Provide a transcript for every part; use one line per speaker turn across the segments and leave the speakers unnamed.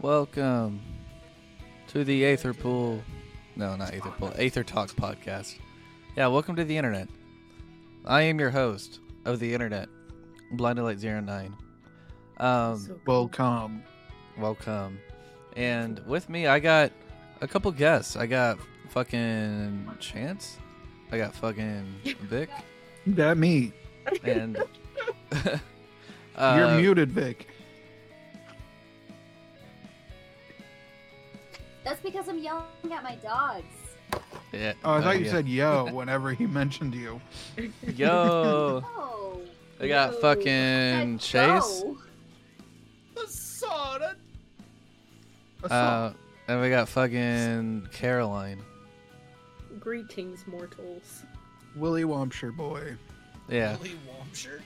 Welcome to the Aetherpool. No, not Aetherpool. Aether Talk podcast. Yeah, welcome to the internet. I am your host of the internet, Blinded Light Zero Nine. Um,
So cool.
Welcome.
welcome. And with me, I got a couple guests. I got fucking Chance. I got fucking Vic.
That me.
And
You're
Uh,
muted, Vic.
That's because I'm yelling at my dogs.
Yeah.
Oh, I thought you
uh, yeah.
said yo whenever he mentioned you.
yo.
Oh.
I got
no.
fucking
Said
Chase.
no.
That's
Uh, and we got fucking Caroline.
Greetings, mortals.
all. Willy Wompshire boy.
Yeah.
Holy Wampshire.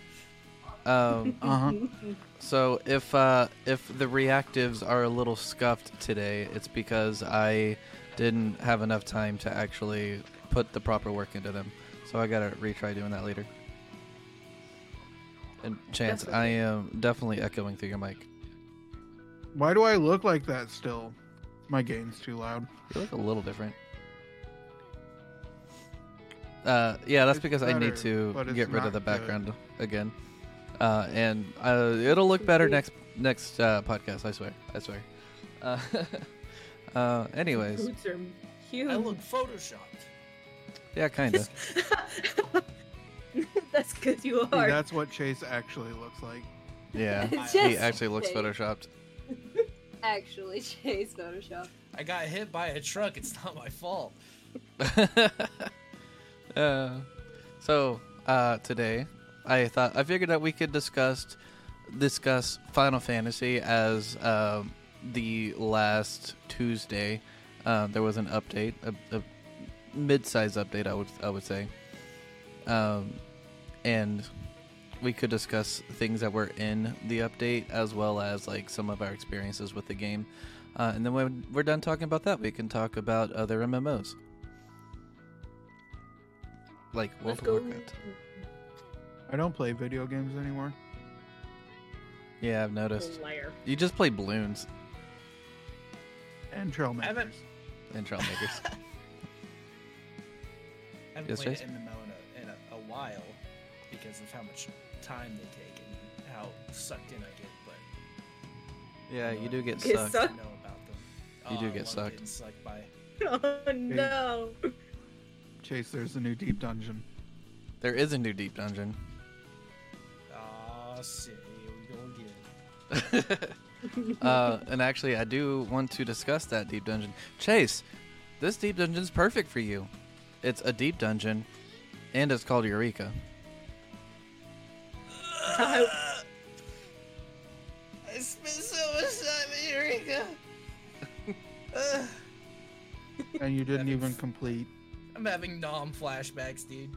Um,
Uh huh.
so if uh, if the reactives are a little scuffed today, it's because I didn't have enough time to actually put the proper work into them. So I gotta retry doing that later. And chance, I
Definitely.
am definitely echoing through your mic.
Why do I look like that still? My gain's too loud.
You look a little different. Uh, yeah, that's
It's
because I need
better,
to
but it's
get rid of
not
the
good.
background again, uh, and uh, it'll look better next next uh, podcast. I swear, I swear. Uh, uh, anyways,
Boots are huge.
I look photoshopped.
yeah, kind of.
That's because you
See,
are.
that's what Chase actually looks like.
Yeah,
It's
he
just
actually looks
fake.
photoshopped.
Actually, Chase Photoshop.
I got hit by a truck. It's not my fault.
uh, so uh, today, I thought I figured that we could discuss discuss Final Fantasy as um, the last Tuesday. Um, there was an update, a, a mid-size update, I would I would say, um, and we could discuss things that were in the update as well as like some of our experiences with the game. Uh, and then when we're done talking about that, we can talk about other MMOs like World
Let's
of
go.
Warcraft.
I don't play video games anymore.
Yeah, I've noticed.
Liar.
You just play balloons
And Trailmakers.
I haven't-
and Trailmakers.
I haven't
Yes,
played
Chase?
an MMO in a, in a, a while because of how much time they take and how sucked in I get. But
yeah, you do get
Get
sucked.
sucked.
I know about them.
You do
Oh, I
get
love
sucked.
getting sucked by.
Oh no.
Chase, there's a new deep dungeon.
There is a new deep dungeon.
Oh shit! Here we go again.
uh, and actually, I do want to discuss that deep dungeon. Chase, this deep dungeon's perfect for you. It's a deep dungeon, and it's called Eureka.
I-
I spent so much time in Eureka. Ugh.
And you didn't
That
even
is-
complete.
I'm having nom flashbacks, dude.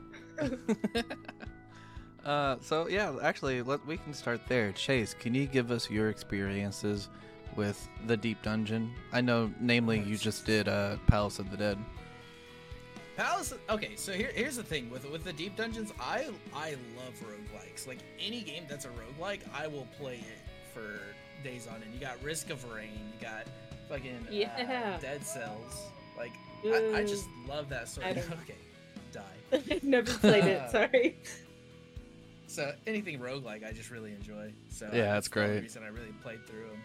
Uh, so yeah, actually, let we can start there. Chase, can you give us your experiences with the deep dungeon? I know, namely, you just did uh, Palace of the Dead.
Palace. Okay, so here, here's the thing with with the deep dungeons. I I love roguelikes. Like any game that's a roguelike, I will play it for days on end. You got Risk of Rain. You got fucking uh,
Yeah.
Dead Cells. Like I, I just love that sort
I
of.
don't-
Okay, die.
I've never played it. Sorry.
So anything roguelike, I just really enjoy. So
Yeah, that's
the only
great.
Reason I really played through them,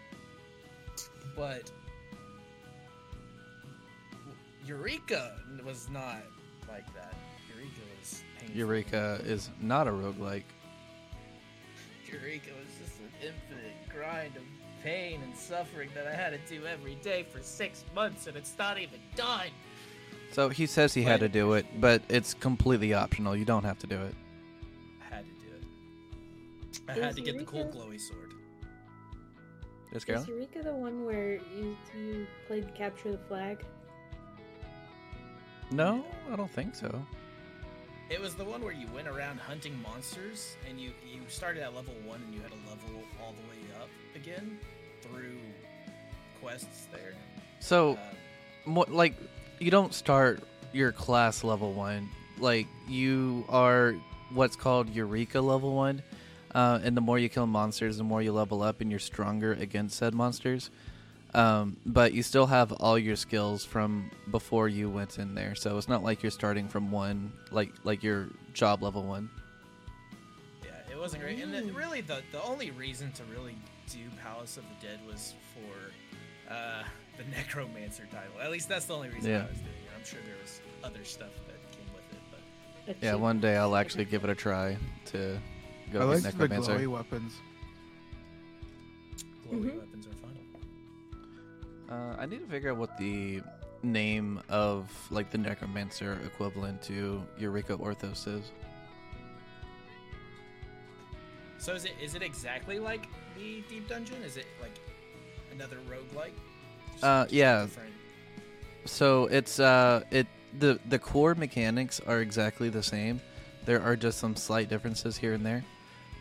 but Eureka was not like that. Eureka was painful.
Eureka is not a roguelike.
Eureka was just an infinite grind of pain and suffering that I had to do every day for six months, and it's not even done.
So he says he had to do it, but it's completely optional. You don't have to do it.
I had to do it. I had
Is
to get the cool
Eureka-
glowy sword.
Yes,
Is Eureka the one where you, you played Capture the Flag?
No, I don't think so.
It was the one where you went around hunting monsters, and you you started at level one, and you had to level all the way up again through quests there.
So,
Um,
mo- like, you don't start your class level one. Like, you are what's called Eureka level one. Uh, and the more you kill monsters, the more you level up and you're stronger against said monsters. Um, but you still have all your skills from before you went in there, so it's not like you're starting from one, like like your job level one.
Yeah, it wasn't great. And then really, the the only reason to really do Palace of the Dead was for uh, the Necromancer title. At least that's the only reason
Yeah.
I was doing it. I'm sure there was other stuff that came with it, but
Yeah,
Achieve-
one day I'll actually give it a try to go
I
with
like the
necromancer.
glowy weapons.
glowy
Mm-hmm.
Mhm.
weapons are final.
Uh, I need to figure out what the name of like the necromancer equivalent to Eureka Orthos is.
So is it is it exactly like the deep dungeon? Is it like another roguelike? Just-
Uh,
just
yeah.
different-
So it's uh it the the core mechanics are exactly the same. There are just some slight differences here and there.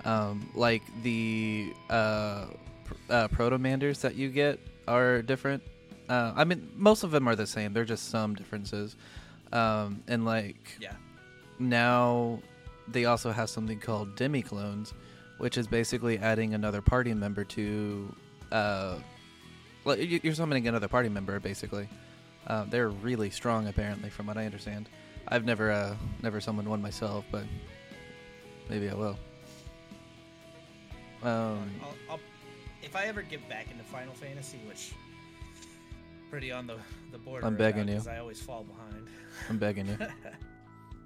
Um, like the uh, pr- uh, protomanders that you get are different. Uh, I mean, most of them are the same. There are just some differences. Um, and like
Yeah.
now they also have something called demi clones, which is basically adding another party member to, uh, like you- you're summoning another party member basically. Uh, they're really strong apparently, from what I understand. I've never uh, never summoned one myself, but maybe I will. Um,
I'll, I'll, if I ever get back into Final Fantasy, which pretty on the the border,
I'm
of
begging
that,
you.
'cause I always fall behind.
I'm begging you,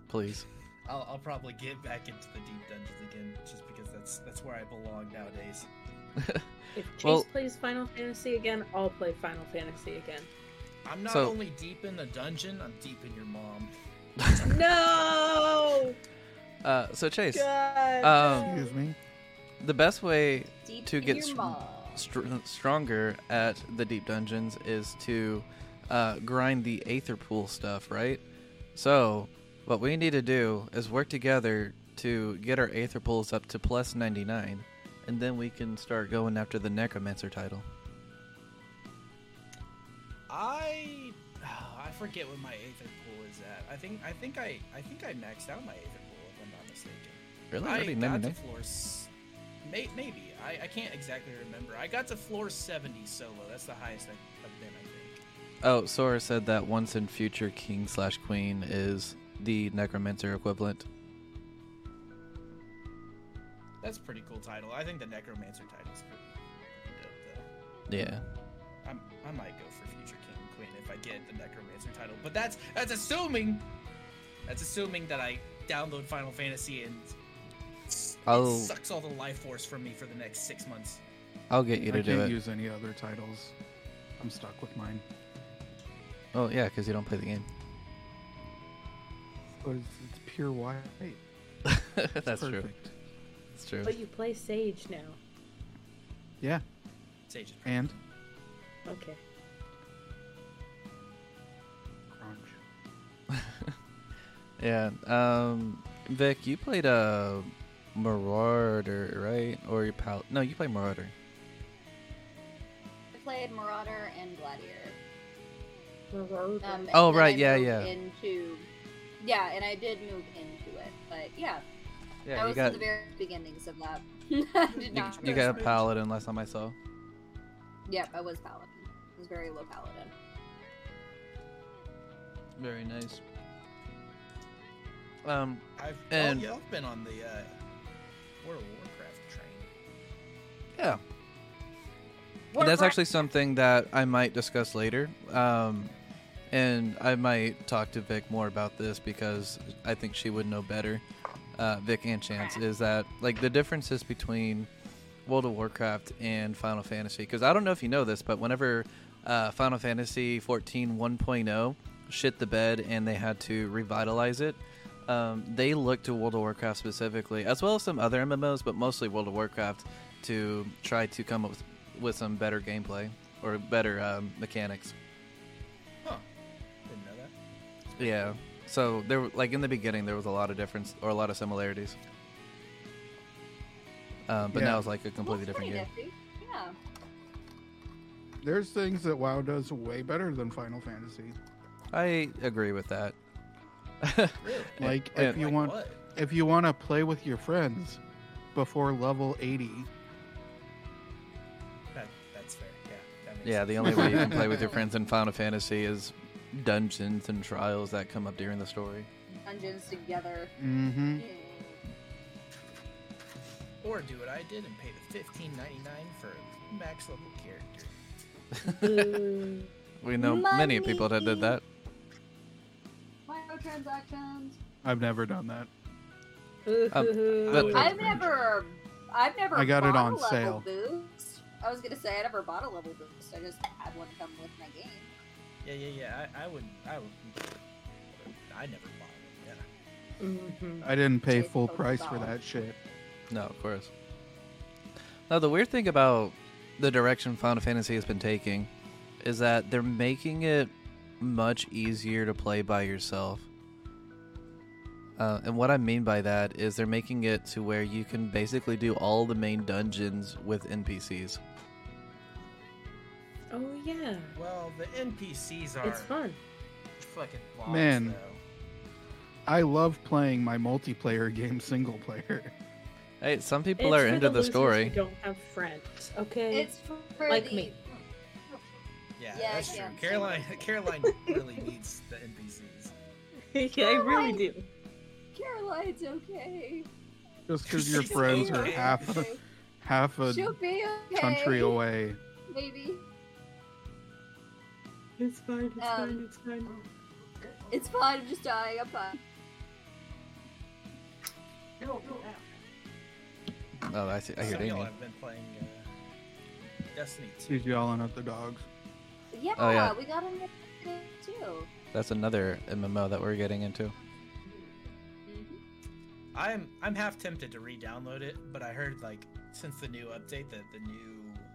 please.
I'll, I'll probably get back into the deep dungeons again, just because that's that's where I belong nowadays.
If Chase
Well-
plays Final Fantasy again, I'll play Final Fantasy again.
I'm not
So-
only deep in the dungeon, I'm deep in your mom.
No,
Uh, so Chase,
God.
Um,
no.
Excuse me.
the best way
Deep
To
in
get
your
str-
maw.
str- stronger at the deep dungeons is to uh, grind the aether pool stuff, right? So, what we need to do is work together to get our aether pools up to plus 99, and then we can start going after the necromancer title.
I I forget what my aether pool is at. I think I think I I think I maxed out my aether pool if I'm not mistaken.
Really?
I
Already
got
99?
to floor. S- may, maybe I, I can't exactly remember. I got to floor 70 solo. That's the highest I, I've been. I think.
Oh, Sora said that once in future king slash queen is the necromancer equivalent.
That's a pretty cool title. I think the necromancer title is pretty dope though.
Yeah.
I'm, I might go for future king and queen if I get the necromancer title, but that's that's assuming that's assuming that I download Final Fantasy and s-
I'll-
it sucks all the life force from me for the next six months.
I'll get
I
you to
can't
do it.
use any other titles. I'm stuck with mine.
oh, yeah, because you don't play the game.
But it's, it's pure white. It's
That's true.
perfect.
That's true.
But you play Sage now.
Yeah,
Sage is right.
and
Okay.
crunch.
Yeah. Um, Vic, you played uh, Marauder, right? Or your pal? No, you played Marauder.
I played Marauder and Gladiator. Um, and
Oh,
then
right,
I
yeah,
moved
yeah.
Into yeah, and I did move into it, but yeah,
Yeah,
that
you
was
got
the
you,
very beginnings of that. I did not.
you
got a
Yes.
paladin last time I saw.
Yep, I was paladin. I was very low paladin.
Very nice. Um,
I've
and-
oh, yeah, I've been on the uh, World of Warcraft train.
yeah. And that's actually something that I might discuss later. Um, and I might talk to Vic more about this because I think she would know better. Uh, Vic and Chance is that like the differences between World of Warcraft and Final Fantasy? Because I don't know if you know this, but whenever uh, Final Fantasy 14 1.0 shit the bed and they had to revitalize it, um, they looked to World of Warcraft specifically, as well as some other MMOs, but mostly World of Warcraft, to try to come up with, with some better gameplay or better um, mechanics.
Huh? Didn't know that.
Yeah. So there, were- like in the beginning, there was a lot of difference or a lot of similarities. Um, but
Yeah.
now it's like a completely
Well, it's
different
pretty
game.
nifty. Yeah.
There's things that WoW does way better than Final Fantasy.
I agree with that.
Really?
Like
Yeah.
if you
Like
want,
what?
if you want to play with your friends before level 80,
That that's fair. Yeah. That makes
Yeah,
sense.
the only way you can play with your friends in Final Fantasy is dungeons and trials that come up during the story.
Dungeons together.
Mm-hmm.
Mm.
Or do what I did and pay the fifteen ninety nine for a max level character.
Boo.
We know many people that did that.
Microtransactions.
I've never done that.
Um, But-
would-
I've never, I've never.
I got it
bought
on
a level
sale.
Boost. I was gonna say I never bought a level boost. I just had one come with my game.
Yeah, yeah, yeah. I, I would. I would. I never bought it. Yeah.
Mhm.
I didn't pay
Jade
full
Pokeball.
price for that shit.
No, of course. Now, the weird thing about the direction Final Fantasy has been taking is that they're making it much easier to play by yourself. Uh, and what I mean by that is they're making it to where you can basically do all the main dungeons with NPCs.
oh yeah,
Well, the NPCs are
it's fun.
fucking boss,
Man.
Though.
I love playing my multiplayer game single player.
Hey, some people
It's
are
for
into the,
losers
story.
Who don't have friends. Okay.
It's for
Like
the-
me.
Yeah,
Yeah,
that's
yeah.
true. Caroline, Caroline really needs the NPCs.
yeah, I really do.
Caroline's okay.
Just because your
She's
friends
so
are
bad.
half a, half a
She'll be okay.
country away.
Maybe
It's fine. It's
Um,
fine. It's fine.
it's fine. I'm just dying. I'm fine.
Oh, I, see, I hear
Some of y'all
Damien.
have been playing uh, Destiny 2.
She's yelling at the dogs.
Yeah,
Oh, yeah.
we got another thing too.
That's another MMO that we're getting into.
Mhm.
I'm I'm half tempted to re-download it, but I heard like since the new update that the new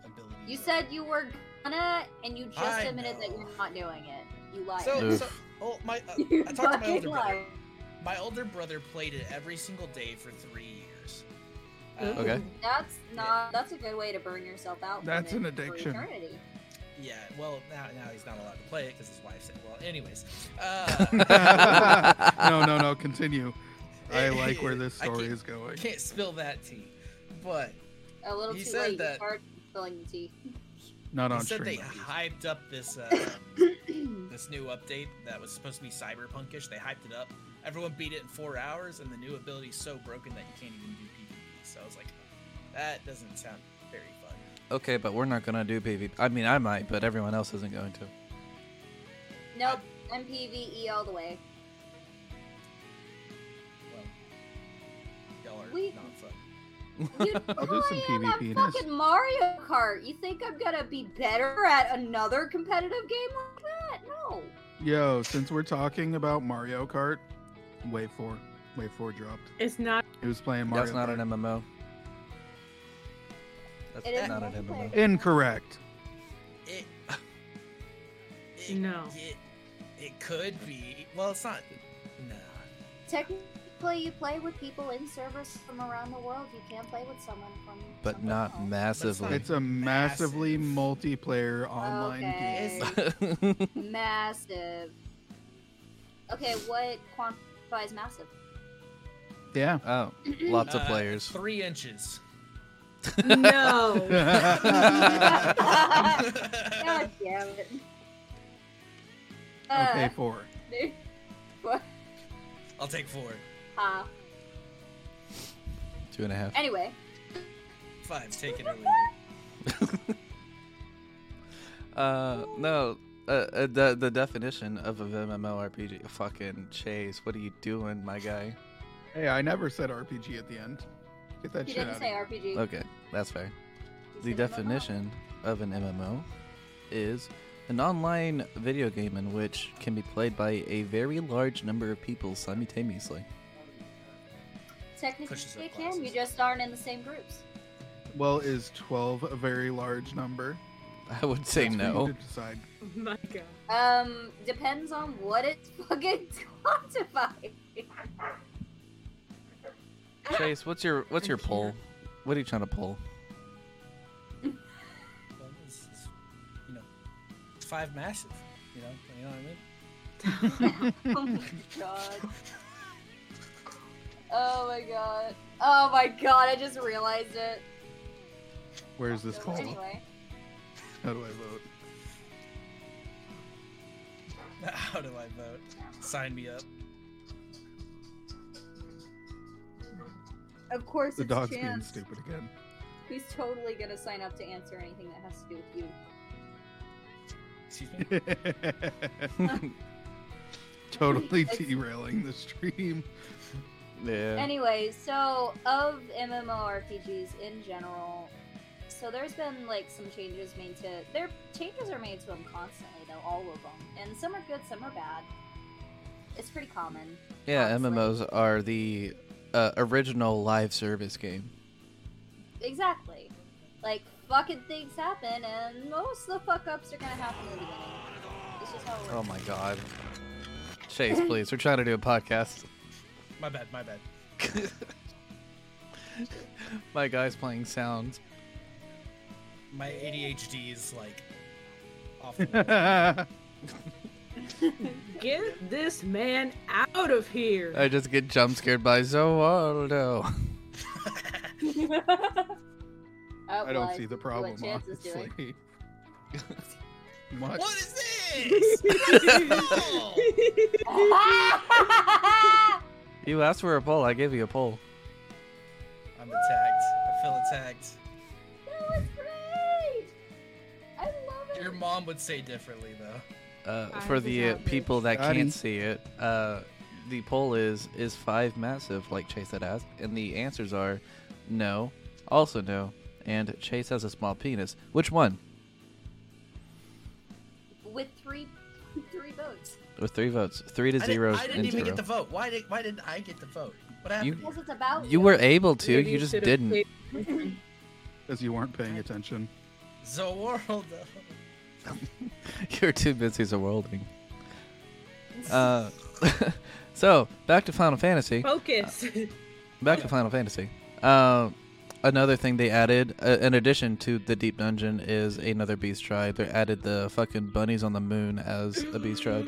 ability.
You said you were gonna, and you just
I
admitted that
know.
you're not doing it. You lied.
So,
Oof.
so oh my, uh,
you
I talked to my
fucking
older brother.
lied.
My older brother played it every single day for three years. Uh,
Okay.
That's not. That's a good way to burn yourself out. from
That's
it
an
for
addiction.
eternity.
Yeah, well now now he's not allowed to play it because his wife said. Well, anyways, uh,
no, no, no. Continue. I like where this
I
story
can't-
is going.
can't spill that tea. But
A little
You
too
said
late.
that-
Hard filling the tea.
Not
he
on
said
stream.
they
at least.
hyped up this uh, this new update that was supposed to be cyberpunkish. They hyped it up. Everyone beat it in four hours, and the new ability's so broken that you can't even do PvP. So I was like, that doesn't sound very fun.
Okay, but we're not gonna do PvP. I mean, I might, but everyone else isn't going to.
Nope. MPVE E all the way.
Well, y'all are
We-
not fun.
You
I'll do some
lying about
PvP ness.
Fucking Mario Kart. You think I'm gonna be better at another competitive game like that? No.
Yo, since we're talking about Mario Kart, Wave Four, Wave Four dropped.
It's not.
He was playing Mario.
That's not
Kart.
an MMO. That's
It is
not an
multiplayer.
MMO.
Incorrect.
It, it
No.
It, it could be. Well, it's not. Nah.
Technically, you play with people in servers from around the world. You can play with someone from.
But
somewhere
not
else.
massively.
It's a massively
Massive.
multiplayer online
Okay.
game.
It's- massive. Okay, what quantifies massive?
Yeah.
oh, lots of
Uh,
players.
Three inches.
Oh
No.
God
I
damn it. Uh,
okay, four.
Okay.
will take four.
Uh,
Two and a half.
anyway,
Five. Take it or leave
Uh, no. Uh, uh, the the definition of an MMORPG. Fucking Chase, what are you doing, my guy?
Hey, I never said RPG at the end. Get that
he
shit out.
didn't
of
say
here.
RPG.
Okay, that's fair.
He
The
said MMO.
definition of an MMO is an online video game in which can be played by a very large number of people simultaneously.
Technically,
Pushes up
you can. You
classes.
just aren't in the same groups.
Well, is twelve a very large number?
I would say
That's for you
no.
to decide.
My God.
Um, depends on what it's fucking quantified.
Chase, what's your what's
I
your
can't.
poll? What are you trying to pull?
Well, it's, it's, you know, it's five massive. You know, you know what I mean.
oh my god. Oh my god. Oh my god, I just realized it.
Where is this
So
called?
Anyway.
How do I vote?
How do I vote? Sign me up.
Of course,
The
it's
dog's being
Chance.
stupid again.
He's totally gonna sign up to answer anything that has to do with you.
Excuse me.
totally derailing the stream.
Yeah.
Anyway, so of MMORPGs in general, so there's been like some changes made to their changes are made to them constantly though, all of them, and some are good, some are bad. It's pretty common.
Yeah,
honestly.
MMOs are the uh, original live service game.
Exactly. Like fucking things happen, and most of the fuck ups are gonna happen in the beginning. It's just how it works.
Um,
Oh my god. Chase, please. We're trying to do a podcast.
My bad. My bad.
My guy's playing sounds.
My ADHD is like off. The wall.
That's
Get this man out of here.
I just get jump scared by Zoaldo.
Out
I don't
like
see the problem,
Uh, What Chance is doing.
honestly. What?
what is this? Oh!
You asked for a poll. I gave you a poll.
I'm attacked. I feel attacked.
That was great! I love it.
Your mom would say differently though.
Uh,
Five
for
is
the uh,
average.
people that
Got him.
can't see it, uh, the poll is is five massive, like Chase had asked, and the answers are no, also no, and Chase has a small penis. Which one?
With three, three votes.
With three votes, three to
I
zero.
Didn't, I didn't
and
even
zero.
get the vote. Why did Why didn't I get the vote? What happened?
Because it's about
you were able to,
Maybe
you just
should've
didn't.
played-
Because you weren't paying attention.
Zoworld.
You're too busy as a worlding. Uh, so back to Final Fantasy.
Focus.
Back to Final Fantasy. Um, another thing they added, uh, in addition to the deep dungeon, is another beast tribe. They added the fucking bunnies on the moon as a beast tribe.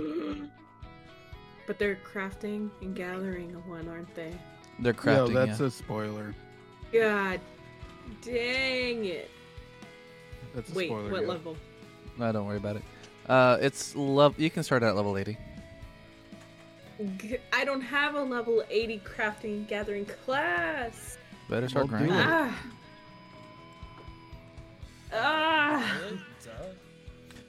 but they're crafting and gathering of one, aren't they?
They're
No,
crafting.
that's
yeah.
a spoiler.
God dang it.
That's a
Wait,
spoiler.
what
yeah.
level?
No, don't worry about it. Uh, it's love. You can start at level eighty.
G- I don't have a level 80 crafting and gathering class.
Better start
Well, do
grinding.
it.
Ah. Ah.
Really? Duh.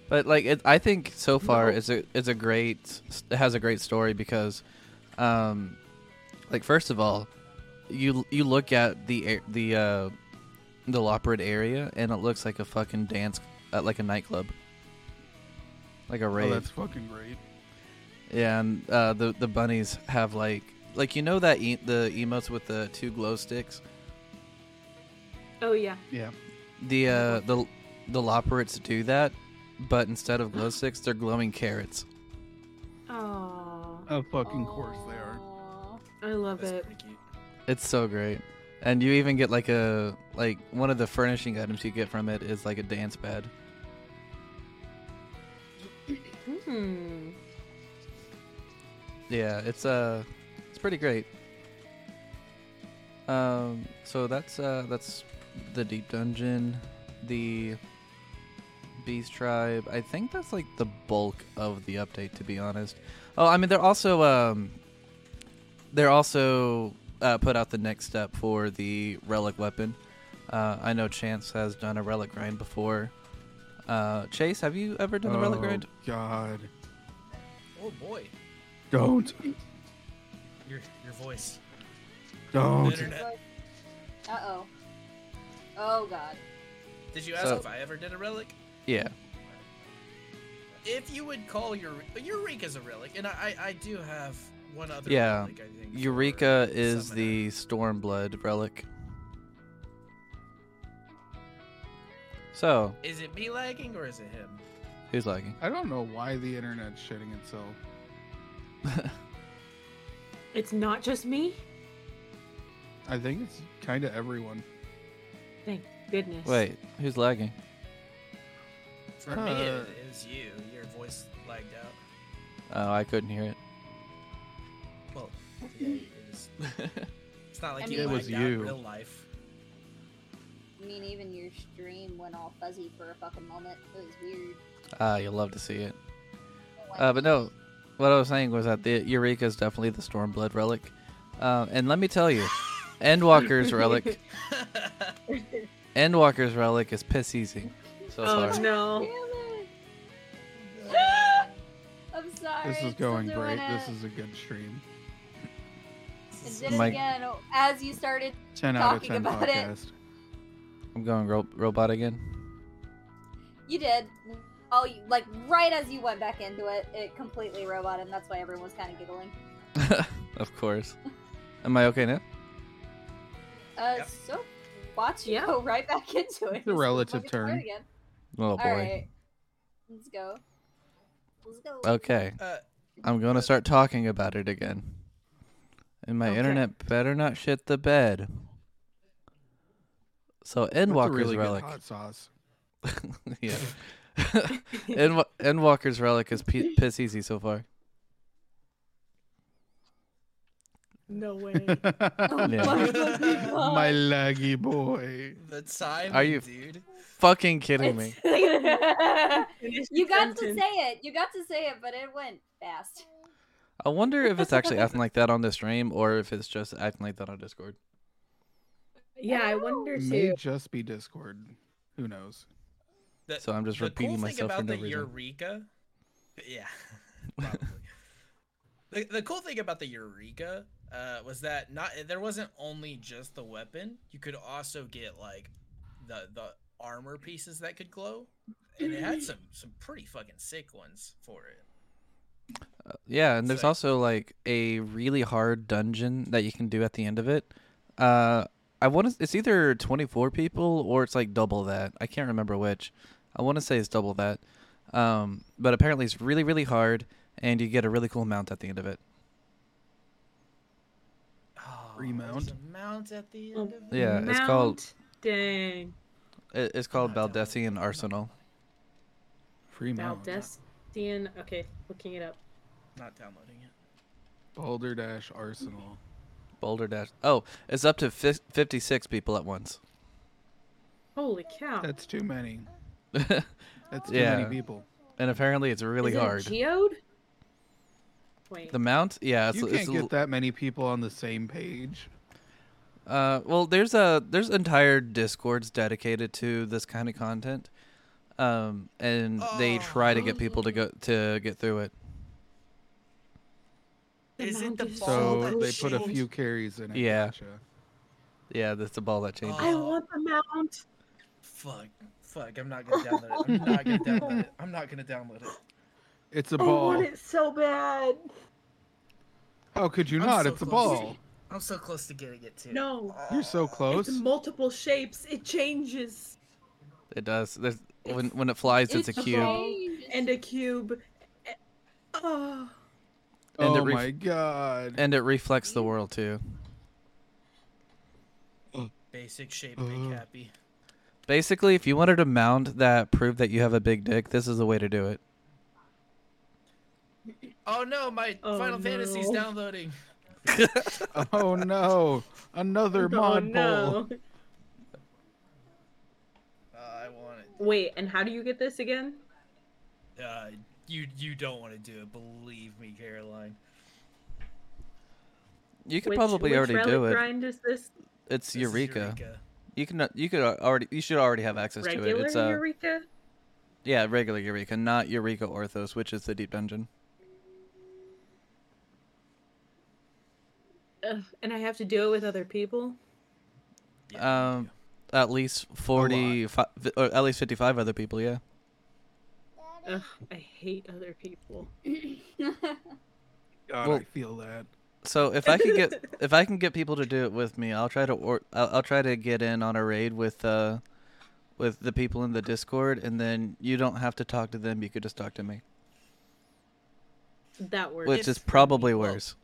But like, it, I think so far
No.
it's a it's a great it has a great story because, um, like first of all, you you look at the a- the uh, the Loprid area and it looks like a fucking dance uh, like a nightclub, like a
Oh,
rave.
that's fucking great.
Yeah, and uh, the the bunnies have like like you know that e- the emotes with the two glow sticks.
Oh, yeah.
Yeah.
The uh, the the Loperits do that, but instead of glow sticks, they're glowing carrots.
Oh,
Of fucking course they are.
I love
That's
it.
pretty cute.
It's so great. And you even get like a like one of the furnishing items you get from it is like a dance bed.
Hmm.
Yeah, it's uh it's pretty great. Um so that's uh that's the deep dungeon, the beast tribe. I think that's like the bulk of the update to be honest. Oh, I mean they're also um they're also uh, put out the next step for the relic weapon. Uh, I know Chance has done a relic grind before. Uh, Chase, have you ever done the relic
Oh,
grind?
God.
Oh boy,
Don't.
your your voice.
Oh,
The
Don't.
internet.
Uh oh. Oh god.
Did you ask
So-
if I ever did a relic?
Yeah.
If you would call your Eureka's a relic, and I I, I do have one other.
Yeah.
Relic, I think, for
Eureka is
summoner.
the Stormblood relic. So,
Is it me lagging or is it him?
who's lagging?
I don't know why the internet's shitting itself.
It's not just me.
I think it's kind of everyone.
Thank goodness.
Wait, who's lagging?
For me, it,
Uh,
it was you. Your voice lagged out.
Oh, I couldn't hear it.
Well, yeah, it was, it's not like
I
you
mean-
lagged
It
was
out in
you.
real life.
I mean, even your stream went all fuzzy for a fucking moment. It was weird.
Ah, you'll love to see it. Uh, but no, what I was saying was that the Eureka is definitely the Stormblood relic, uh, and let me tell you, Endwalker's relic, Endwalker's relic is piss easy. So
oh
far,
Damn
no.
it! I'm sorry.
This is
I'm
going
still doing
great. This
it.
is a good stream.
I did it
My-
again Oh, as you started.
10 out of
Talking
10
about it.
podcast.
I'm going ro- robot again.
You did. Oh, you, like right as you went back into it, it completely robot, and that's why everyone was kind of giggling.
of course. Am I okay now?
Uh,
Yep.
so watch you
Yeah.
go right back into it.
It's a relative
Fucking start
turn.
Again.
Oh boy.
All right, let's go. Let's go.
Okay,
Uh,
I'm going to start talking about it again. And my
Okay.
internet better not shit the bed. So
That's a
Endwalker's
really
relic.
good hot sauce.
yeah. End- Endwalker's relic is p- piss easy so far.
No way.
Oh,
Oh, Yeah.
My laggy boy.
the time,
Are you-
dude?
Fucking kidding me.
Finish the
you got to
sentence.
say it. You got to say it, but it went fast.
I wonder if it's actually acting like that on the stream or if it's just acting like that on Discord.
Yeah, I wonder
May
too.
just be Discord. Who knows?
The-
So I'm just
the
repeating
cool
myself
thing
for
about
no
the
reason.
Eureka, yeah. probably. the, the cool thing about the Eureka uh, was that not there wasn't only just the weapon. You could also get like the the armor pieces that could glow, and it had some some pretty fucking sick ones for it.
Yeah, and there's
Sick.
also like a really hard dungeon that you can do at the end of it. Uh, I want to. It's either 24 people or it's like double that. I can't remember which. I want to say it's double that. Um, but apparently it's really really hard, and you get a really cool mount at the end of it.
Oh,
Remount?
there's a mount at the
Oh.
end of it.
Yeah, it's called
Mount. Dang.
it, it's called
Not double,
Baldessian
not
Arsenal.
Free mount.
Valdestian. Okay, looking it up.
Not downloading it.
Boulder Dash Arsenal.
Boulder Dash. Oh, it's up to fif- 56 people at once.
Holy cow!
That's too many. That's too
Yeah.
many people.
and apparently it's really
Is it
hard.
geode? Wait.
the mount? Yeah, it's,
you
it's
can't
a
get
l-
that many people on the same page.
Uh, well, there's a there's entire discords dedicated to this kind of content, um, and they try to get people to go to get through it.
The
Is it
mount
the
is
ball
So
that
they put a
shoots?
few carries in it.
Yeah.
gotcha.
Yeah, that's the ball that changes.
I want the mount.
Fuck. Fuck, I'm not gonna download it. I'm not gonna download it. I'm not gonna download it.
It's a
I
ball.
want it so bad.
How Oh, could you
I'm
not?
so
it's a
close.
ball.
I'm so close to getting it too.
No,
You're so
Ah,
close.
it's multiple shapes. It changes.
It does. There's, when when it flies, it's, a
it's
cube.
all- And a cube. Eh, Oh,
And it
oh
ref-
my god.
And it reflects the world too.
Basic shape, big
Uh.
happy.
Basically, if you wanted a mound that proved that you have a big dick, this is the way to do it.
Oh no, my
Oh,
Final Fantasy's
no.
downloading.
oh no. Another
oh
mod bowl.
no.
Uh, I want it.
Wait, and how do you get this again?
Uh, you you don't want to do it. Believe me, Caroline.
You could
Which-
probably
which
already do
relic
it.
grind is this?
It's
This is
Eureka. You can you could uh, already you should already have access to it.
Regular
It's uh
Eureka?
yeah regular Eureka, not Eureka Orthos, which is the deep dungeon.
Ugh, and I have to do it with other people?
Yeah,
Um, at least 40, fi- or at least 55 other people, yeah.
Ugh, I hate other people.
God,
Well-
I feel that.
So if I could get if I can get people to do it with me, I'll try to or I'll, I'll try to get in on a raid with uh with the people in the Discord and then you don't have to talk to them, you could just talk to me,
That works.
which
It's
is probably
well-
worse.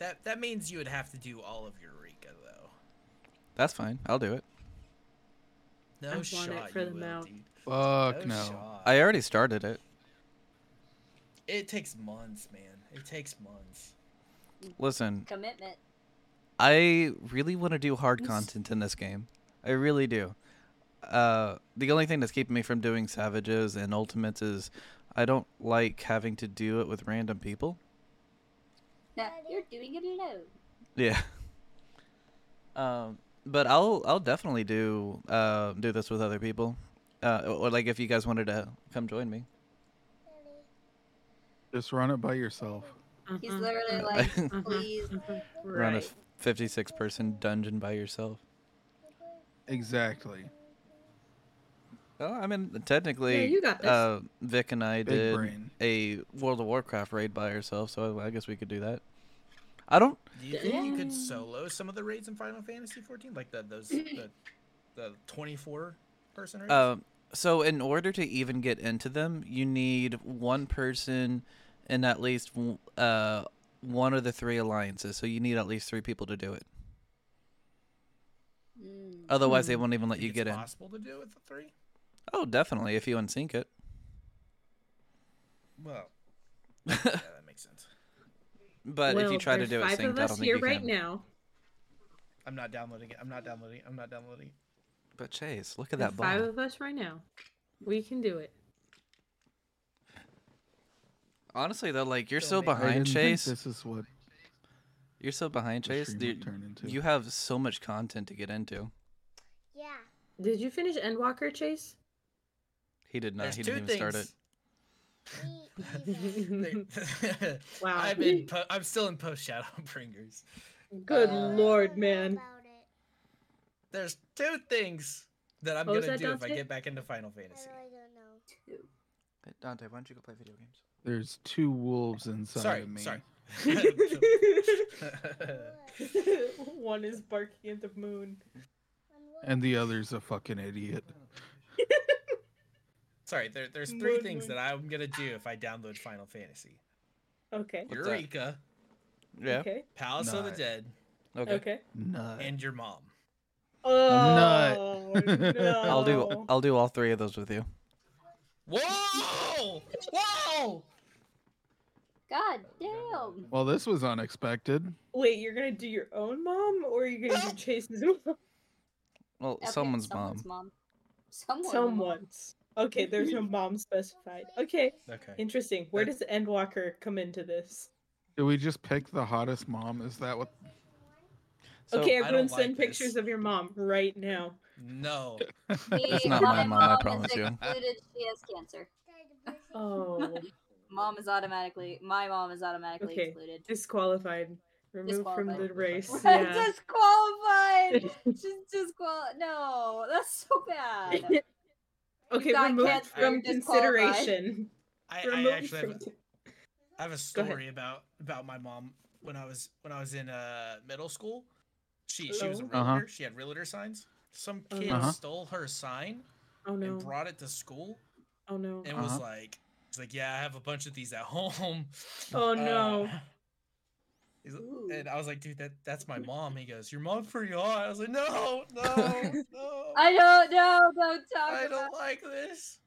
that that means you would have to do all of Eureka though.
That's fine. I'll do it.
No
I want it
shot
for
you
the
will,
mount.
dude.
Oh,
Fuck no.
shot.
I already started it.
It takes months, man. It takes months.
Listen,
Commitment.
I really want to do hard
Yes.
content in this game. I really do. Uh, the only thing that's keeping me from doing savages and ultimates is I don't like having to do it with random people.
No, you're doing it alone.
Yeah. Um, but I'll I'll definitely do uh, do this with other people, uh, or or, like if you guys wanted to come join me.
Just run it by yourself.
He's
Uh-uh,
literally
uh-uh,
like,
Uh-huh.
uh-uh,
please.
uh-uh.
Run a
Right.
fifty six person dungeon by yourself.
Exactly.
Oh, I mean technically,
you got this.
Uh, Vic and I
Big
did
brain.
a World of Warcraft raid by ourselves, so I guess we could do that. I don't.
Do you think you could
Yeah.
solo some of the raids in Final Fantasy 14, like the those the, the 24 person raids?
Um, so in order to even get into them, you need one person in at least w- uh one of the three alliances. So you need at least three people to do it.
Mm.
Otherwise, they
Hmm.
won't even let
Think
you
it's
get in.
Possible to do it with the three?
Oh, definitely if you unsync it.
Well, yeah, that makes sense.
But if
Well,
you try to
there's
do it
five
synced,
of
I
us
don't think
here
you
right
can.
now.
I'm not downloading it. I'm not downloading. it. I'm not downloading. it.
But Chase, look at
There's
that
five
ball.
of us right now. We can do it.
Honestly though, like you're
Don't
so
make me- I
I
behind
didn't think
Chase.
This is what
You're so behind
the
Chase.
stream
You,
would turn into.
you have so much content to get into.
Yeah.
Did you finish Endwalker, Chase?
He did not.
There's
he
two
didn't even start it.
things.
Me either.
There-
Wow.
I'm in. Po- I'm still in post Shadowbringers.
Good
Uh,
lord, man.
There's two things that I'm
What was
gonna
that,
do if I
Dante?
get back into Final
I
Fantasy.
really don't know.
Dante, why don't you go play video games?
There's two wolves inside
Sorry,
of me.
sorry.
One is barking at the moon.
And the other's a fucking idiot.
sorry. There, there's three
Moon,
things
moon.
that I'm gonna do if I download Final Fantasy.
Okay.
What's that?
Eureka,
Yeah.
Okay.
Palace of the
Nice.
Dead,
Okay.
Okay.
Nut.
and your mom.
Oh,
nut.
no.
I'll
Oh.
do I'll do all three of those with you.
Whoa! Whoa!
God damn.
well, this was unexpected.
Wait, you're gonna do your own mom, or you're gonna do Chase's mom?
Well,
Okay,
someone's,
someone's
mom.
mom. Someone's mom.
Someone's. Okay, there's no mom specified. Okay,
Okay.
interesting. Where
That-
does Endwalker come into this?
Did we just pick the hottest mom? Is that what?
So,
okay,
I don't
everyone, send
like this.
pictures of your mom right now.
No.
That's
The
not my
other
mom, I
is
promise you.
Excluded. She has cancer.
Oh,
Mom is automatically. My mom is automatically
Okay.
excluded.
disqualified. Removed from
Disqualified.
the race.
Right,
Yeah.
Disqualified. She's disqualified. No, that's so bad.
okay,
got
removed
cancer,
from
you're disqualified.
consideration.
I, I
Removed
actually have
from
a, I have a
Go ahead.
story about about my mom when I was when I was in uh middle school. She she was a
Oh.
realtor.
Uh-huh.
She had realtor signs. Some
Oh,
kid
Uh-huh.
stole her sign
Oh no.
and brought it to school
Oh no.
and
Uh-huh.
was like, "It's like yeah, I have a bunch of these at home."
Oh no.
Uh, he's- and I was like, "Dude, that that's my mom." He goes, "Your mom's pretty hot." I was like, "No, no, no, I,
I don't know. Don't talk about.
don't like this."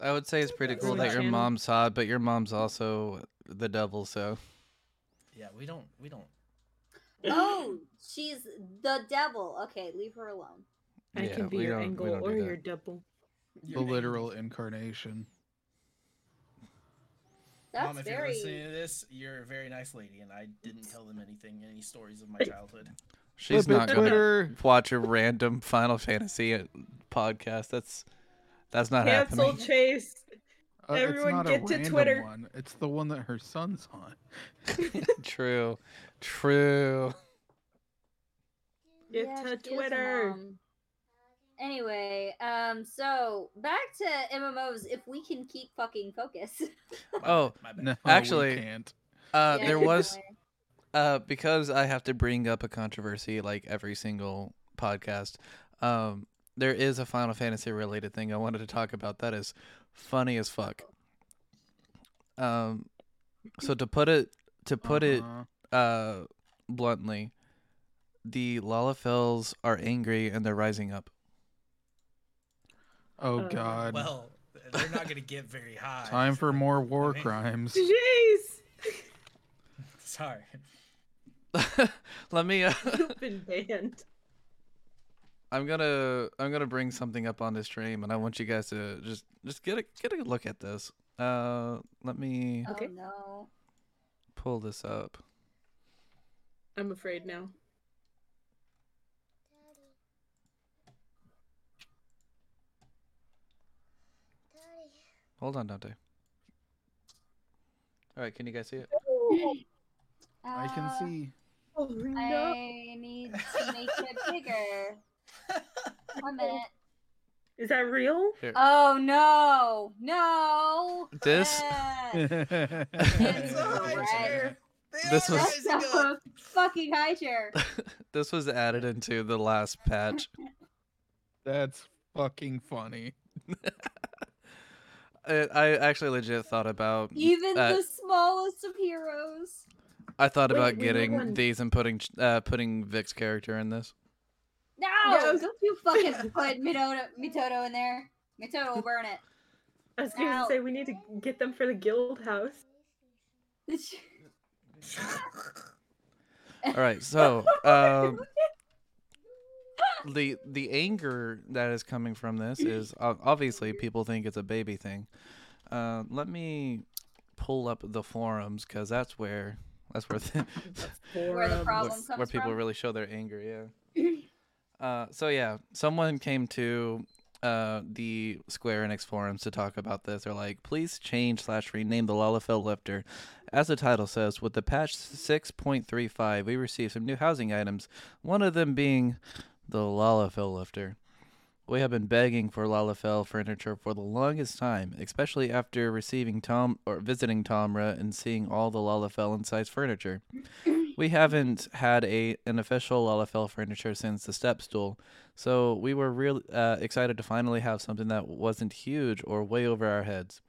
I would say it's pretty
That's
cool that your
not-
mom's hot, but your mom's also the devil. So
Yeah, we don't we don't
Oh, she's the devil. Okay, leave her alone.
I
yeah,
can be
we
your
don't- we
angle
don't do
or
that.
your double.
The literal incarnation.
That's
Mom, if you're listening
very.
to this, you're a very nice lady, and I didn't tell them anything, any stories of my childhood.
she's
Flip it,
not gonna
Twitter.
watch a random Final Fantasy uh, podcast. That's that's not
Cancel
happening.
Chase.
Uh, it's
Everyone
not a
get to
random
Twitter.
One. It's the one that her son's on.
true, true.
Get
Yeah,
to
she is a
Twitter.
mom. Anyway, um, so back to MMOs. If we can keep fucking focus.
Oh,
My bad.
No, we
Actually-
can't.
uh,
Yeah,
there
anyway.
was uh, because I have to bring up a controversy like every single podcast. Um, there is a Final Fantasy related thing I wanted to talk about that is funny as fuck. Um, so to put it to put it
Uh-huh.
uh bluntly, the Lalafels are angry and they're rising up.
Oh
Uh,
God!
Well, they're not gonna get very high.
Time
so-
for more war
I mean-
crimes.
Jeez.
Sorry.
Let me. Uh,
You've been banned.
I'm gonna I'm gonna bring something up on this stream, and I want you guys to just just get a get a look at this. Uh, let me
Okay.
Oh no.
pull this up.
I'm afraid now.
Daddy. Daddy.
Hold on, Dante. All right, can you guys see it?
I can
Uh,
see.
Oh no!
I need to make it bigger. One minute.
Is that real?
Oh no! No!
This-
Yes.
It's a high
Right.
chair. They
This
are
was-
That's
rising up.
a fucking high chair.
This was added into the last patch.
That's fucking funny.
I, I actually legit thought about
Even
uh,
the smallest of heroes.
I thought
Wait,
about
we have
getting
one.
these and putting ch- uh, putting Vic's character in this.
No!
Yes.
Don't you fucking put Mitoto, Mitoto in there. Mitoto will burn it.
I was going to
Ow.
say we need to get them for the guild house.
All right, so um, the the anger that is coming from this is o- obviously people think it's a baby thing. Uh, let me pull up the forums because that's where that's where th-
Where the
Forum.
where,
problem comes
where people
from.
really show their anger. Yeah. Uh, so yeah, someone came to uh, the Square Enix forums to talk about this. They're like, please change slash rename the Lalafell Lifter. As the title says, with the patch 6.35, we received some new housing items, one of them being the Lalafell Lifter. We have been begging for Lalafell furniture for the longest time, especially after receiving Tom or visiting Tomra and seeing all the Lalafell inside's furniture. We haven't had a an official LFL furniture since the step stool, so we were real uh, excited to finally have something that wasn't huge or way over our heads.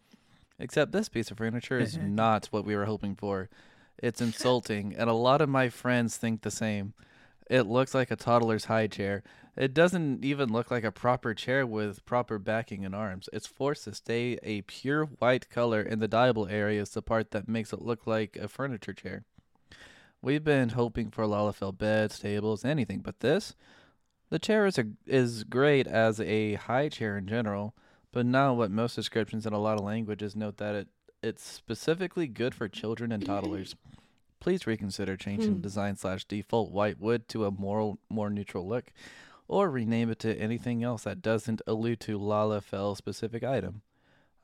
Except this piece of furniture is not what we were hoping for. It's insulting, and a lot of my friends think the same. It looks like a toddler's high chair. It doesn't even look like a proper chair with proper backing and arms. It's forced to stay a pure white color, and the diable area is the part that makes it look like a furniture chair. We've been hoping for Lalafell beds, tables, anything, but this, the chair is a, is great as a high chair in general, but now what most descriptions in a lot of languages note that it it's specifically good for children and toddlers. Please reconsider changing
Hmm.
design slash default white wood to a moral, more neutral look, or rename it to anything else that doesn't allude to Lalafell specific item.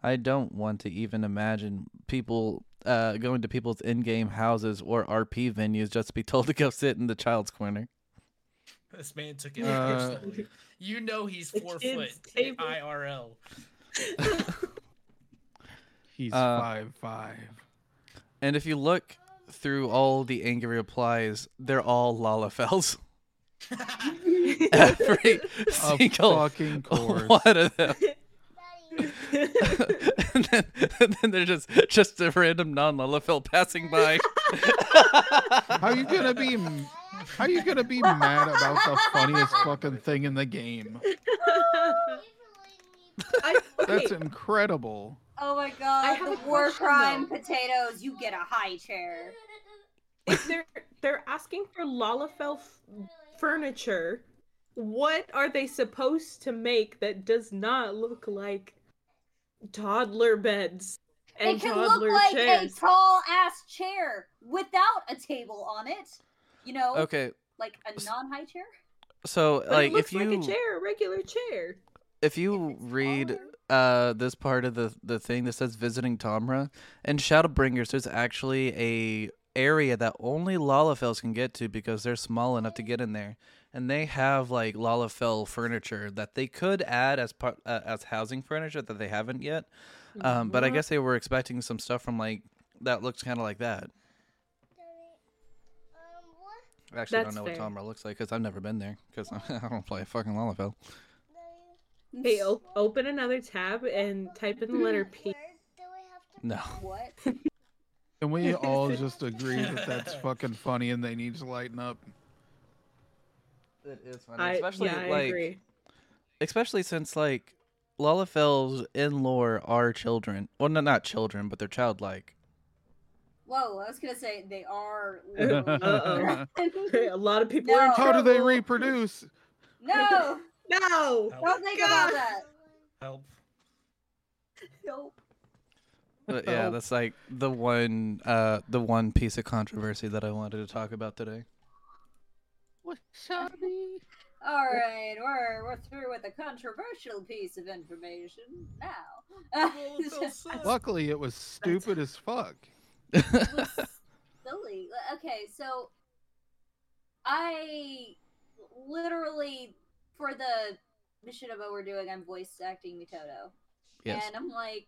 I don't want to even imagine people uh, going to people's in-game houses or RP venues just to be told to go sit in the child's corner.
This man took it
Uh,
personally. You know he's
The
four foot
kids'
in
table.
IRL.
He's
Uh,
five five.
And if you look through all the angry replies, they're all Lalafels. Every
Of
single
fucking course.
one of them.
Daddy.
and, then, and then they're just just a random non-Lalafel passing by.
How you gonna be? m- How you gonna be mad about the funniest fucking thing in the game?
I,
That's
okay,
incredible.
Oh my god,
I have
the
a
war
question,
crime
though.
potatoes, you get a high chair.
if they're they're asking for Lalafell f- furniture, what are they supposed to make that does not look like toddler beds and
it can
toddler
look like
chairs?
a tall ass chair without a table on it. You know,
okay,
like a
S-
non high chair.
so
But
like
it looks
if you
like a chair, a regular chair.
if you read uh this part of the the thing that says visiting Tomra and Shadowbringers, there's actually a area that only Lalafels can get to because they're small enough to get in there, and they have like Lalafell furniture that they could add as part uh, as housing furniture that they haven't yet. Um, but I
Mm-hmm.
guess they were expecting some stuff from like that looks kind of like that.
Daddy. Um, what?
I actually
That's
don't know
fair.
what Tomra looks like because I've never been there because I don't play fucking Lalafell.
Daddy.
Hey, oh. o- open another tab and type in the letter P.
Where do we have to
No.
What?
And we all just agree that that's fucking funny, and they need to lighten up.
It is funny,
I yeah, I agree.
especially since like Lalafels in lore are children. Well, no, not children, but they're childlike.
Whoa, I was gonna say they are.
Uh-oh.
literally
a lot of people are
No.
in
How
trouble.
do they reproduce?
no,
No.
Oh,
don't think
God.
about that.
Help.
Nope.
But yeah,
Oh.
that's like the one uh the one piece of controversy that I wanted to talk about today.
All right, we're we're through with a controversial piece of information now.
Well, so sad.
Luckily, it was stupid as fuck.
was silly. L- Okay, so I literally for the mission of what we're doing, I'm voice acting Mitoto,
yes.
and I'm like,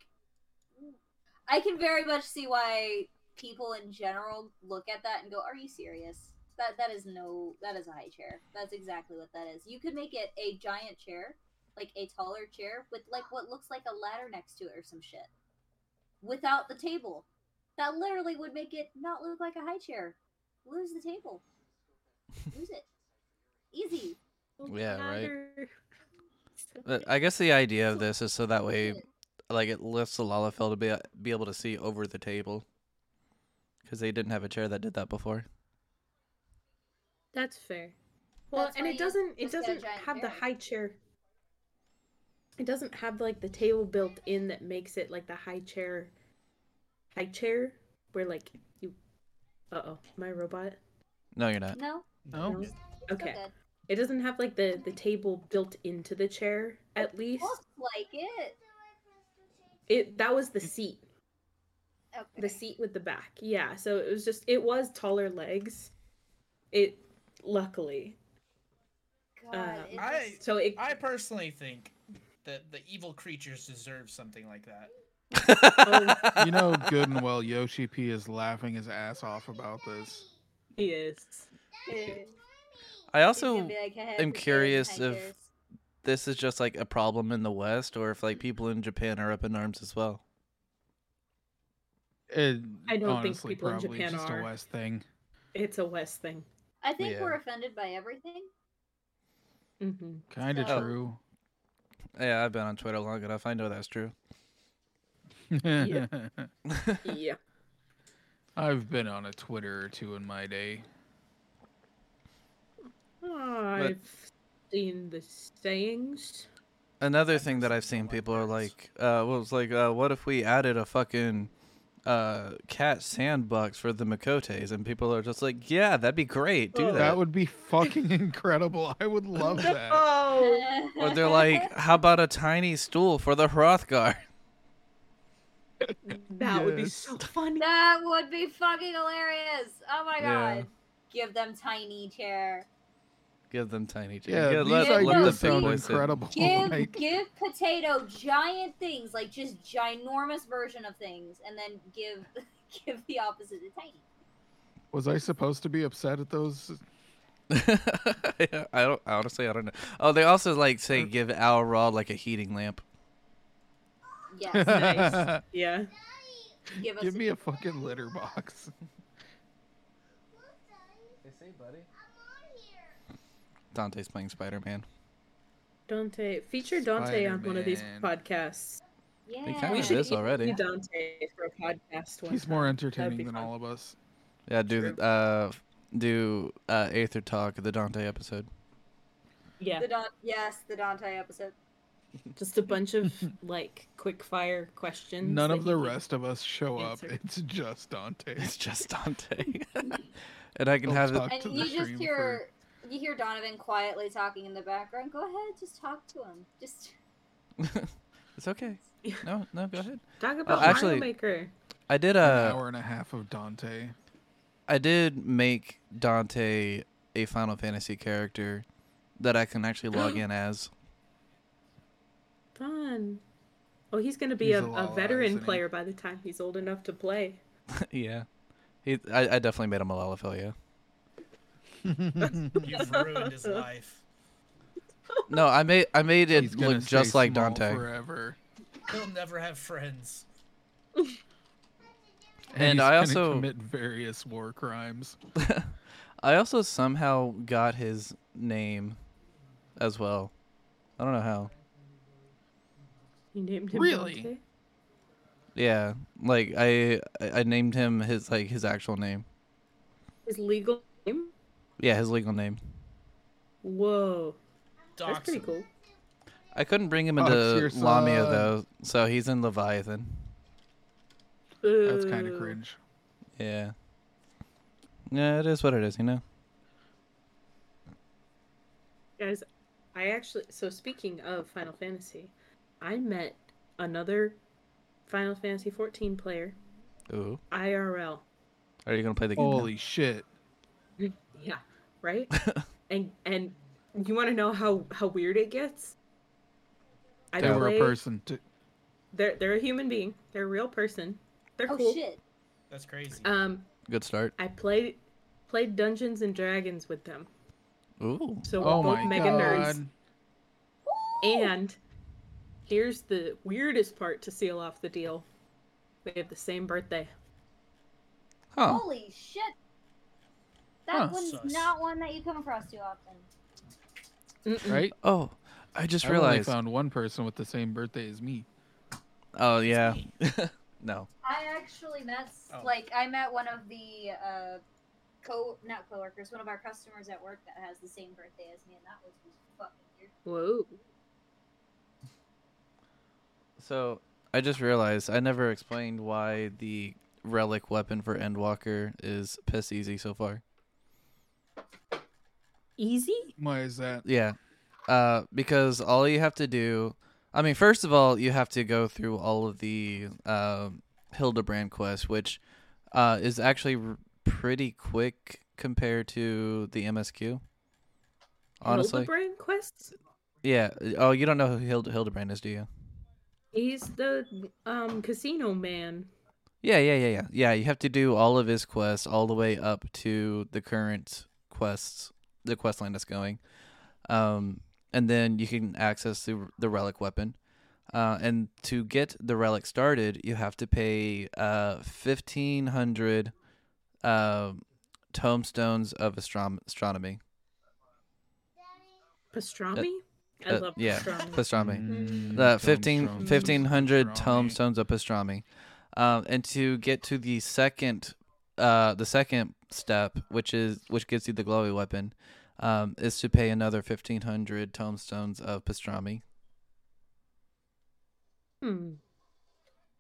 I can very much see why people in general look at that and go, "Are you serious?" That that is no, that is a high chair. That's exactly what that is. You could make it a giant chair, like a taller chair with like what looks like a ladder next to it or some shit, without the table. That literally would make it not look like a high chair. Lose the table. Lose it. Easy.
Yeah, right. But I guess the idea of this is so that way
Mm-hmm.
like it lifts the Lalafell to be be able to see over the table. Cuz they didn't have a chair that did that before.
That's fair. Well,
That's
and
why
it
you
doesn't it
just get a
doesn't
giant
have the
berry.
high chair. It doesn't have like the table built in that makes it like the high chair high chair where like you uh-oh, my robot.
No, you're not.
No?
No.
No? Okay.
Still good.
It doesn't have like the the table built into the chair at least.
Looks like it.
It that was the seat.
Okay.
the seat with the back yeah so it was just it was taller legs it luckily
God,
Um,
uh,
it
I-
just-
so it
I personally think that the evil creatures deserve something like that.
Oh, You know good and well Yoshi P is laughing his ass off about this.
is
it-
I
it's gonna
also
be like, "Hey,
am
we're
curious
getting high
if-
chairs."
this is just like a problem in the West or if like people in Japan are up in arms as well.
It,
I don't think
honestly,
people in
probably
Japan
just
are.
a West thing.
it's a west thing
I think
Yeah.
we're offended by everything.
mm-hmm.
Kind of
So-
true.
Yeah, I've been on Twitter long enough. I know that's true.
Yeah. yeah
I've been on a Twitter or two in my day.
i've seen the sayings
Another thing that I've seen people are like, uh, well, it's like, uh, what if we added a fucking uh, cat sandbox for the Makotes? And people are just like, yeah, that'd be great. Do
Oh.
that.
That would be fucking incredible. I would love that.
oh
or they're like, how about a tiny stool for the Hrothgar?
that would be
Yes.
so funny
that would be fucking hilarious. Oh my
Yeah.
god. Give them tiny chair.
Give them tiny chairs.
Yeah, these
let- let
ideas
the big
sound
boys in.
incredible.
Give
Like,
give potato giant things, like just ginormous version of things, and then give give the opposite to tiny.
was I supposed to be upset at those?
Yeah, I don't, honestly, I don't know. Oh, they also like say give Al Rod like a heating lamp.
Yes.
Nice. yeah
give us
Give me a fucking litter box.
They say, buddy. Dante's playing Spider Man.
dante feature dante on one of these
Spider-Man.
podcasts
yeah.
It kind
We
of
should
is already.
Do dante for a podcast one
He's more
time.
entertaining
be
than
fun.
all of us.
Yeah, do
True.
uh, do uh, Aether Talk, the Dante episode.
yeah
The Don- yes, the Dante episode.
just a bunch of like quick fire questions
None
that
of
he
the
can-
rest of us show up.
answer.
It's just Dante.
It's just Dante. and I can
Don't
have it.
talk
And
to the
you just
stream
hear you hear Donovan quietly talking in the background. Go ahead, just talk to him. Just
It's okay.
Yeah.
No, no, go ahead.
Oh,
Talk about
actually-
Mario Maker.
I did
for
uh
an hour and a half of Dante.
I did make Dante a Final Fantasy character that I can actually log in as.
Fun. Oh, he's gonna be
He's
a,
a
a
Lala, isn't
veteran
he?
player by the time he's old enough to play.
yeah. He I, I definitely made him a Lalafell, yeah.
You've ruined his life.
No, I made I made
He's
it
gonna
look
stay
just like
small
Dante.
forever,
He'll never have friends.
And
he's
I
gonna
also-
commit various war crimes.
I also somehow got his name as well. I don't know how.
You named him
Really?
Dante?
Yeah, like I I I named him his like his actual name.
His legal name?
Yeah, his legal name.
Whoa. That's
Doxum.
pretty cool.
I couldn't bring him
Oh,
into
it's your
Lamia
son.
though, so he's in Leviathan.
That's kind
Ooh.
of cringe.
Yeah. Yeah, it is what it is, you know.
Guys, I actually so speaking of Final Fantasy, I met another Final Fantasy 14 player
Ooh,
IRL.
are you gonna play the game? now?
Holy shit.
Yeah, right? and and you want to know how how weird it gets? I
They were a
played-
person. To,
They're they're a human being. They're a real person. They're
Oh
cool.
shit.
That's crazy.
Um
Good start.
I played played Dungeons and Dragons with them.
Ooh.
So we're
oh
both
my
mega
god.
nerds.
Oh.
And here's the weirdest part to seal off the deal. They have the same birthday.
Oh.
Huh.
Holy shit. That
Huh.
one's
Sus.
not one that you come across too often.
Mm-mm.
Right?
Oh, I just
I only
realized.
found one person with the same birthday as me.
Oh yeah. no.
I actually met
Oh.
like I met one of the uh, co not coworkers, one of our customers at work that has the same birthday as me, and that was fucking weird.
Whoa.
So I just realized I never explained why the relic weapon for Endwalker is piss easy so far.
Easy?
Why is that?
Yeah. Uh, because all you have to do, I mean, first of all, you have to go through all of the um Hildebrand quests, which uh, is actually r- pretty quick compared to the MSQ. Honestly,
Hildebrand quests?
yeah. Oh, you don't know who Hild- Hildebrand is, do you?
He's the um casino man.
Yeah, yeah, yeah, yeah. Yeah, you have to do all of his quests all the way up to the current quests, the quest line that's going. Um, and then you can access the, the relic weapon. Uh, and to get the relic started, you have to pay uh, 1,500 um tombstones of astrom- astronomy.
Pastrami? I
Uh,
love
yeah,
pastrami.
pastrami.
Mm-hmm.
Mm,
the
dumb
15,
drums.
1500
Pastrami.
tombstones of pastrami um, and to get to the second uh, the second step which is which gives you the glowy weapon um, is to pay another 1500 tombstones of pastrami
Hmm,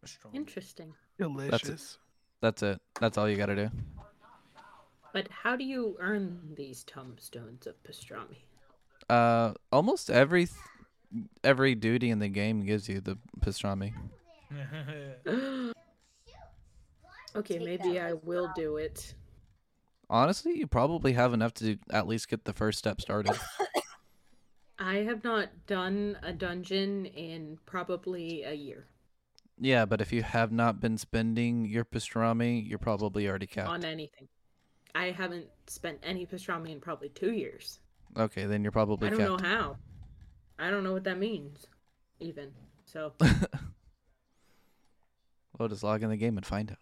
Strong.
interesting.
Delicious.
that's it that's all you gotta do
But how do you earn these tombstones of pastrami?
uh, almost every every duty in the game gives you the pastrami
okay,
Take
maybe
that,
I
let's
will
go.
do it.
honestly you probably have enough to at least get the first step started
I have not done a dungeon in probably a year
yeah but if you have not been spending your pastrami you're probably already capped
on anything. I haven't spent any pastrami in probably two years.
okay then you're probably
I don't
capped
know how. I don't know what that means, even. So,
We'll just log in the game and find out.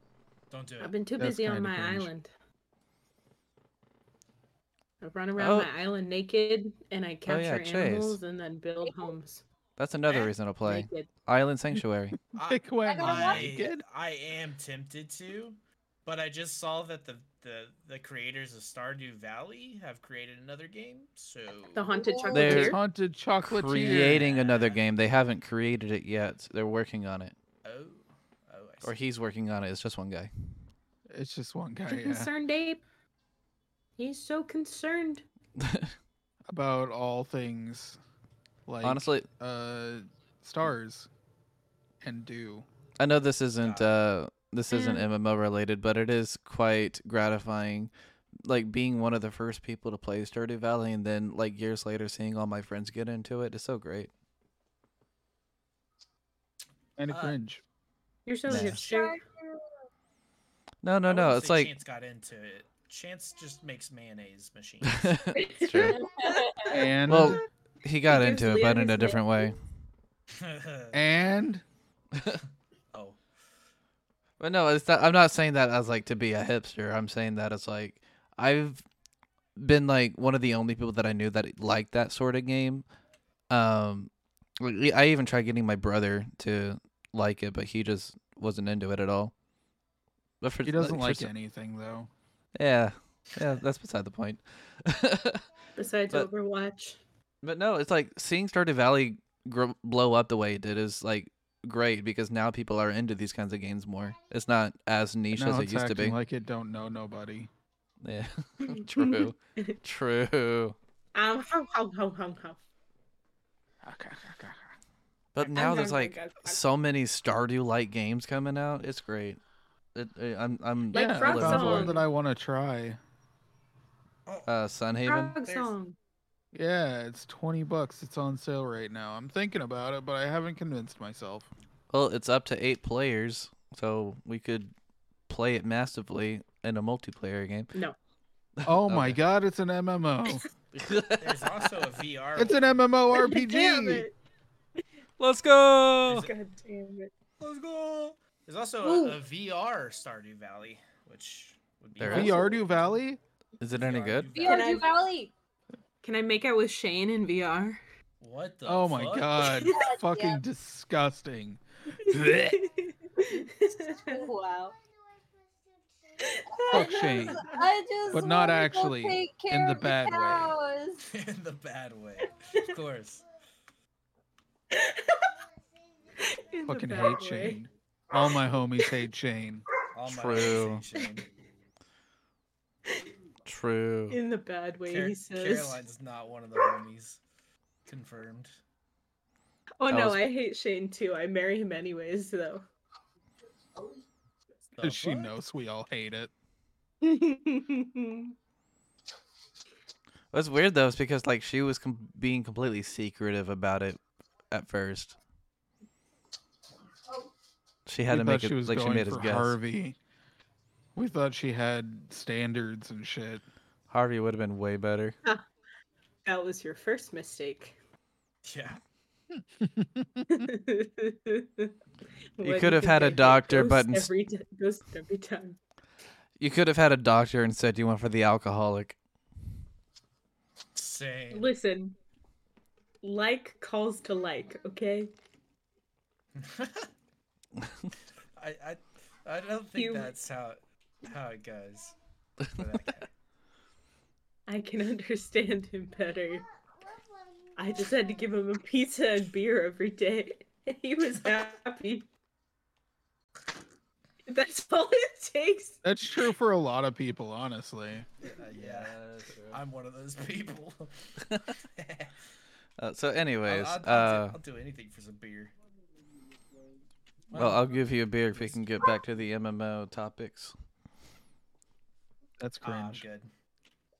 Don't do
I've
it.
been too
That's
busy on
kinda
my
cringe.
island. I run around
Oh.
my island naked and I
yeah,
capture
Chase.
animals and then build homes
That's another
Eh,
reason to play
naked.
Island Sanctuary.
I,
Like when
gonna watch
I,
naked?
I am tempted to, but I just saw that the, the the creators of Stardew Valley have created another game. So oh,
The haunted chocolatier.
They're-
Haunted chocolate
Creating another game. They haven't created it yet. They're working on it,
oh, oh, I
or
see.
he's working on it. It's just one guy.
It's just one
The
guy yeah,
concerned ape. He's so concerned.
about all things like
Honestly,
uh stars and dew.
I know this isn't uh this isn't
Yeah.
MMO related, but it is quite gratifying. Like being one of the first people to play Stardew Valley, and then like years later, seeing all my friends get into it. It's so great.
And a
Uh,
cringe.
You're so
Nah.
hipster.
No, no,
I
no.
wouldn't
It's
say
like
Chance got into it. Chance just makes mayonnaise machines.
it's true.
And
Well, he got
It gives
into it, but
Leon
in a
his
different way.
and
oh,
But no, it's not, I'm not saying that as like to be a hipster. I'm saying that as like I've been like one of the only people that I knew that liked e, that sort of game. Um, like, I even tried getting my brother to like it, but he just wasn't into it at all. But for
He doesn't
for
like
some-
anything though.
Yeah, yeah, that's beside the point.
Besides
But-
Overwatch.
But no, it's like seeing Stardew Valley grow, blow up the way it did is like great because now people are into these kinds of games more. It's not as niche
Now
as it
it's
used to
acting
be.
Like it don't know nobody.
yeah, true, true.
Um, how, how, how, how, how.
But now there's like so many Stardew like games coming out. It's great. It, uh, I'm I'm
Like
yeah,
Frog
living
that's
for
one
it.
Song.
that I want to try.
Oh.
uh, Sunhaven.
Frog song.
Yeah, it's twenty bucks. It's on sale right now. I'm thinking about it, but I haven't convinced myself.
Well, it's up to eight players, so we could play it massively in a multiplayer game.
No.
Oh my
Okay.
god, it's an MMO.
There's also a VR.
it's an
Damn
MMORPG.
it.
Let's go.
Is
God damn it.
Let's go. There's also
Ooh.
a, a VR Stardew Valley, which would be
There
awesome.
is.
VR New Valley?
Is it any
VR
good?
New
VR
Valley.
I-
Valley.
Can I make out with Shane in VR?
What the?
Oh my
fuck?
god.
Yeah.
Fucking disgusting.
Wow.
Fuck
I just-
Shane.
I just
But not
wanna go
actually,
take
in
care
the
of
bad way.
cows.
In the bad way, of course.
In the
Fucking
bad
hate
way.
Shane. All my homies hate Shane.
All my
True.
organization.
True.
In the bad way,
Car-
he says.
Caroline's not one of the homies. Confirmed.
Oh
That
no,
was-
I hate Shane too. I marry him anyways, though.
The
she
fuck?
knows we all hate it.
yeah,
What's weird though is because like she was com- being completely secretive about it at first. She had
we
to
thought
make
she
it
was
like she
going
made us
for
guess.
Harvey. We thought she had standards and shit.
Harvey would have been way better.
that was your first mistake.
Yeah.
could have had a doctor, but ins-
every t- ghost every time.
You could have had a doctor and said you went for the alcoholic.
Same.
Listen, like calls to like. Okay,
I, I I don't think
You-
that's how how it goes. for that guy.
I can understand him better. I just had to give him a pizza and beer every day. He was happy. That's all it takes.
That's true for a lot of people, honestly.
Uh, yeah. I'm one of those people.
Uh, so, anyways,
I'll, I'll,
uh,
do, I'll do anything for some beer.
well, I'll give you a beer if we can get back to the MMO topics.
That's
Ah, I'm
cringe.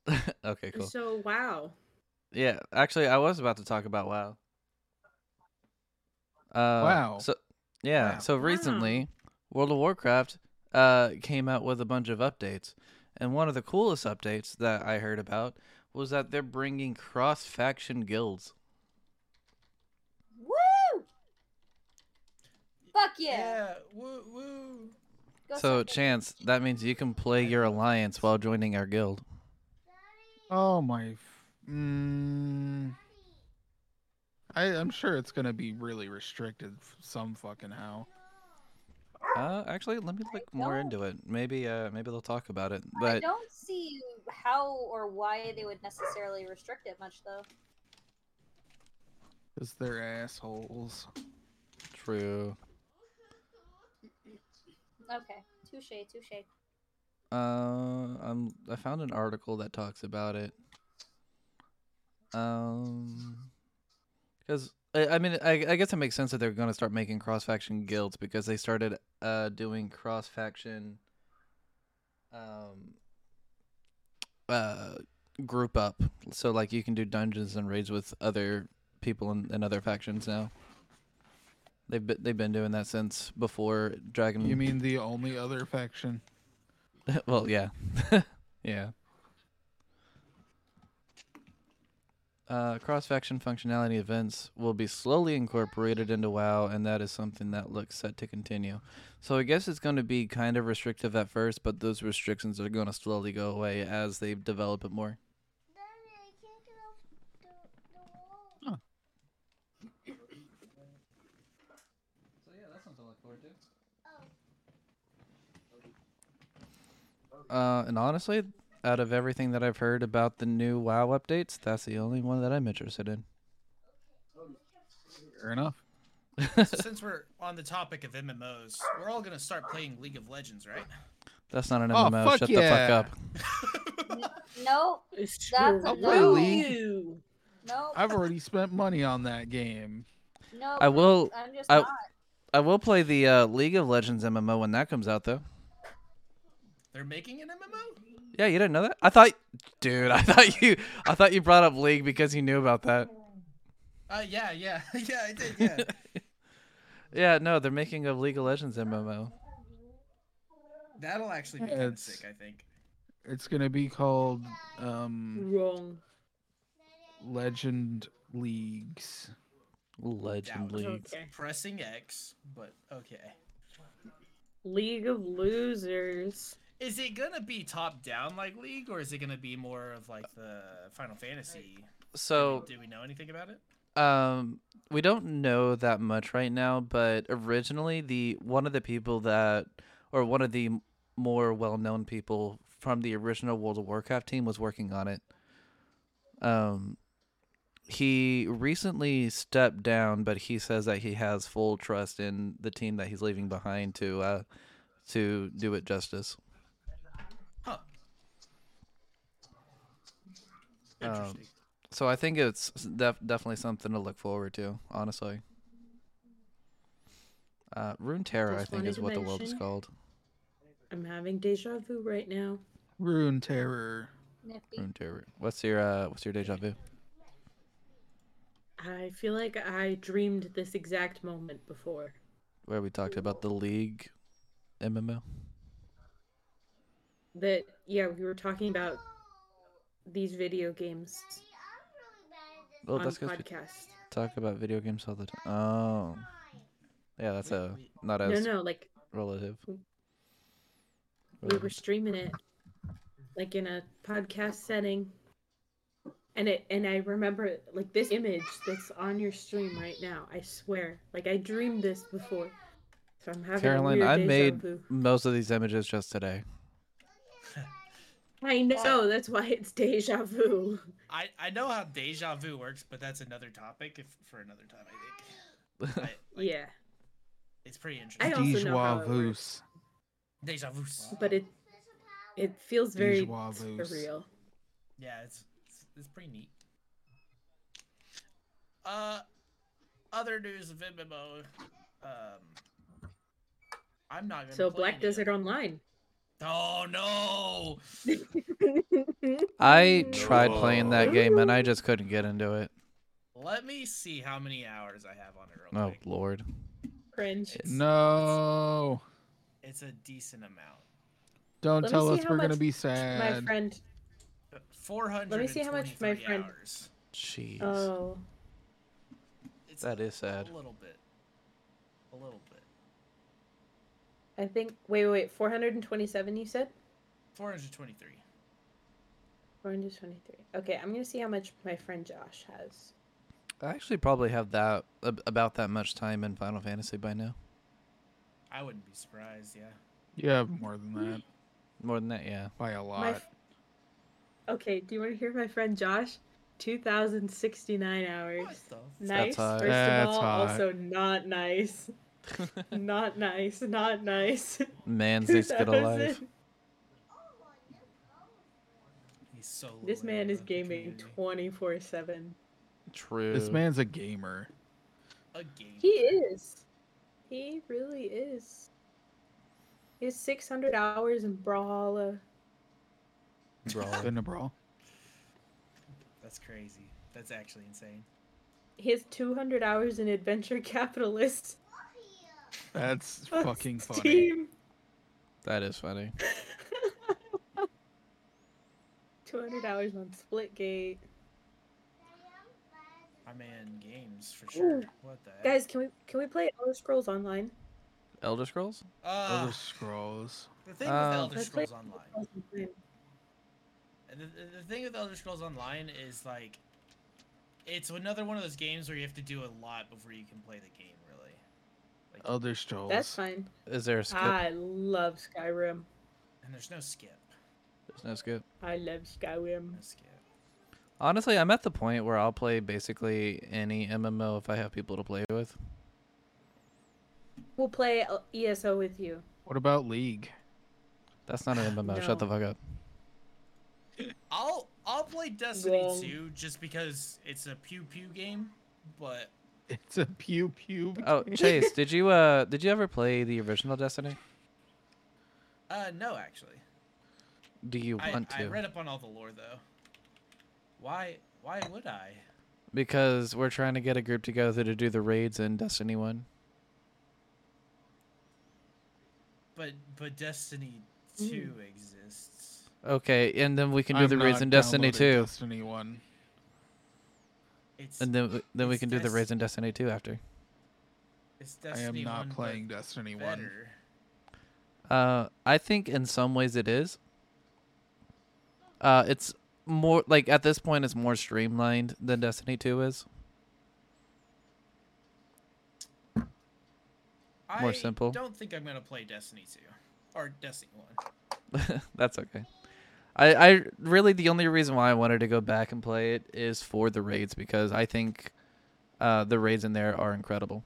good.
okay, cool.
So wow.
Yeah, actually, I was about to talk about WoW. Uh,
Wow.
So, yeah.
Wow.
So
Wow.
recently, World of Warcraft uh, came out with a bunch of updates, and one of the coolest updates that I heard about was that they're bringing cross-faction guilds.
Woo! Fuck yeah.
Yeah. Woo woo.
Go
so,
suck it.
Chance, that means you can play your alliance while joining our guild.
Oh my. f- Mm, I, I'm sure it's gonna be really restricted f- some fucking how.
Uh, actually, let me look more
don't-
into it. Maybe, uh, maybe they'll talk about it.
I
But
don't see how or why they would necessarily restrict it much though.
Cause they're assholes.
true.
Okay. Touche, touche.
Uh, I'm I found an article that talks about it. Um, because I, I mean I, I guess it makes sense that they're gonna start making cross faction guilds because they started uh doing cross faction, um, uh, group up. So like you can do dungeons and raids with other people and, and other factions now. They've been, they've been doing that since before Dragon.
You mean the only other faction?
well, yeah, yeah. Uh, cross-faction functionality events will be slowly incorporated into WoW, and that is something that looks set to continue. So I guess it's going to be kind of restrictive at first, but those restrictions are going to slowly go away as they develop it more.
Daddy, I can't get off the, the wall.
So yeah, that's something to look forward to. Uh, and honestly, out of everything that I've heard about the new WoW updates, that's the only one that I'm interested in.
Fair enough.
So since we're on the topic of MMOs, we're all gonna start playing League of Legends, right?
That's not an
Oh,
MMO.
fuck
Shut
yeah.
the fuck up.
No,
It's
That's
true.
a
no.
You.
no,
I've already spent money on that game.
no.
I will.
I'm just
I-
not.
I will play the uh, League of Legends MMO when that comes out, though.
They're making an MMO?
Yeah, you didn't know that? I thought, dude, I thought you, I thought you brought up League because you knew about that.
Uh, yeah, yeah, yeah, I did, yeah.
Yeah, no, they're making a League of Legends MMO.
That'll actually be
Yeah,
kind of
it's-
sick, I think.
It's gonna be called um
Wrong.
Legend Leagues.
Legend
Yeah.
League.
Okay.
Pressing X, but okay.
League of Losers.
Is it gonna be top down like League, or is it gonna be more of like the Final Fantasy?
So,
do we know anything about it?
um, we don't know that much right now, but originally the one of the people that, or one of the m- more well-known people from the original World of Warcraft team was working on it. Um, he recently stepped down, but he says that he has full trust in the team that he's leaving behind to, uh, to do it justice.
Huh.
Um,
Interesting.
So I think it's def- definitely something to look forward to, honestly. Uh, Rune Terror, I
Just
think,
wanted
is
to
what the world is
mention-
called.
I'm having deja vu right now.
Rune Terror.
Nifty.
Rune Terror. What's your uh, what's your deja vu?
I feel like I dreamed this exact moment before.
Where we talked about the League MMO.
That yeah, we were talking about these video games
Oh,
on
that's because we
podcast.
talk about video games all the time. Oh, yeah, that's a not
No,
as
no, like
relative. Um,
we were streaming it, like in a podcast setting. And it and I remember like this image that's on your stream right now. I swear, like I dreamed this before. So I'm having
Caroline,
a weird
I
deja
made-
vu.
Most of these images just today.
I know that's why it's deja vu.
I, I know how deja vu works, but that's another topic if, for another time, I think. I- like,
yeah,
It's pretty interesting.
I also know how it works.
Vus.
Deja vu.
but it it feels very
Deja vu.
surreal.
Yeah, it's, it's it's pretty neat. Uh, other news of MMO. Um, I'm not gonna.
So
play any
Black
of
Desert Online.
it. Oh no!
I tried playing that game and I just couldn't get into it.
Let me see how many hours I have on it real
Oh
quick.
lord.
cringe.
It's-
No.
It's a decent amount.
Let
Don't
me
tell
see
us
how
we're gonna
much
be
My
sad.
friend.
Four hundred.
Let me see how much my friend-
Hours.
Jeez.
Oh,
It's
That is sad.
A little bit. A little bit.
I think. Wait, wait, wait. Four hundred and twenty-seven. You said.
Four hundred twenty-three.
Four hundred twenty-three. Okay, I'm gonna see how much my friend Josh has.
I actually probably have that ab- about that much time in Final Fantasy by now.
I wouldn't be surprised. Yeah.
You have more than that
More than that, yeah.
by a
My.
lot.
f- Okay. Do you want to hear my friend Josh? Two thousand sixty-nine hours.
What the? f-
Nice.
hot.
First
That's
of all,
hot.
also not nice. not nice. Not nice.
Man's needs to get a life.
2000
He's so.
This
loyal
man is
to the
gaming
community.
24 7.
True.
This man's a gamer.
A game.
He is. He really is. He has 600 hours in Brawlhalla.
Bro.
Been a brawl.
That's crazy. That's actually insane.
He has 200 hours in Adventure Capitalist.
That's
on
fucking funny.
Steam.
that is funny.
200 hours on Splitgate.
I'm in games for sure. What the? heck?
Guys, can we can we play Elder Scrolls Online?
Elder Scrolls?
Ah,
Elder Scrolls.
the thing
uh,
with Elder
Let's play-
Scrolls Online. The, the- the thing with Elder Scrolls Online is like, it's another one of those games where you have to do a lot before you can play the game. Really, Like,
Elder Scrolls.
That's fine.
Is there a skip?
I love Skyrim.
and there's no skip.
There's no skip.
I love Skyrim.
No skip.
Honestly, I'm at the point where I'll play basically any MMO if I have people to play with.
We'll play uh, ESO with you.
What about League?
That's not an MMO. Shut the
No.
fuck up.
I'll I'll play Destiny
Wrong.
2 just because it's a pew pew game, but
It's a pew pew.
Oh,
game.
Chase, did you uh did you ever play the original Destiny?
uh no actually.
Do you
I,
want
I
to?
read up on all the lore though. Why why would I?
Because we're trying to get a group together to do the raids in Destiny One.
But but Destiny 2 exists.
Okay, and then we can do
I've
the raids
not
in Destiny
downloaded
Two,
Destiny One.
It's
and then w- then we
It's
can do the raids
Dest-
in Destiny Two after.
it's
I am
Destiny
not
1, but
playing Destiny One.
better.
Uh, I think in some ways it is. Uh, it's more like at this point it's more streamlined than Destiny Two is. More
I
simple.
don't think I'm going to play Destiny 2 or Destiny 1.
That's okay. I, I really the only reason why I wanted to go back and play it is for the raids because I think uh, the raids in there are incredible.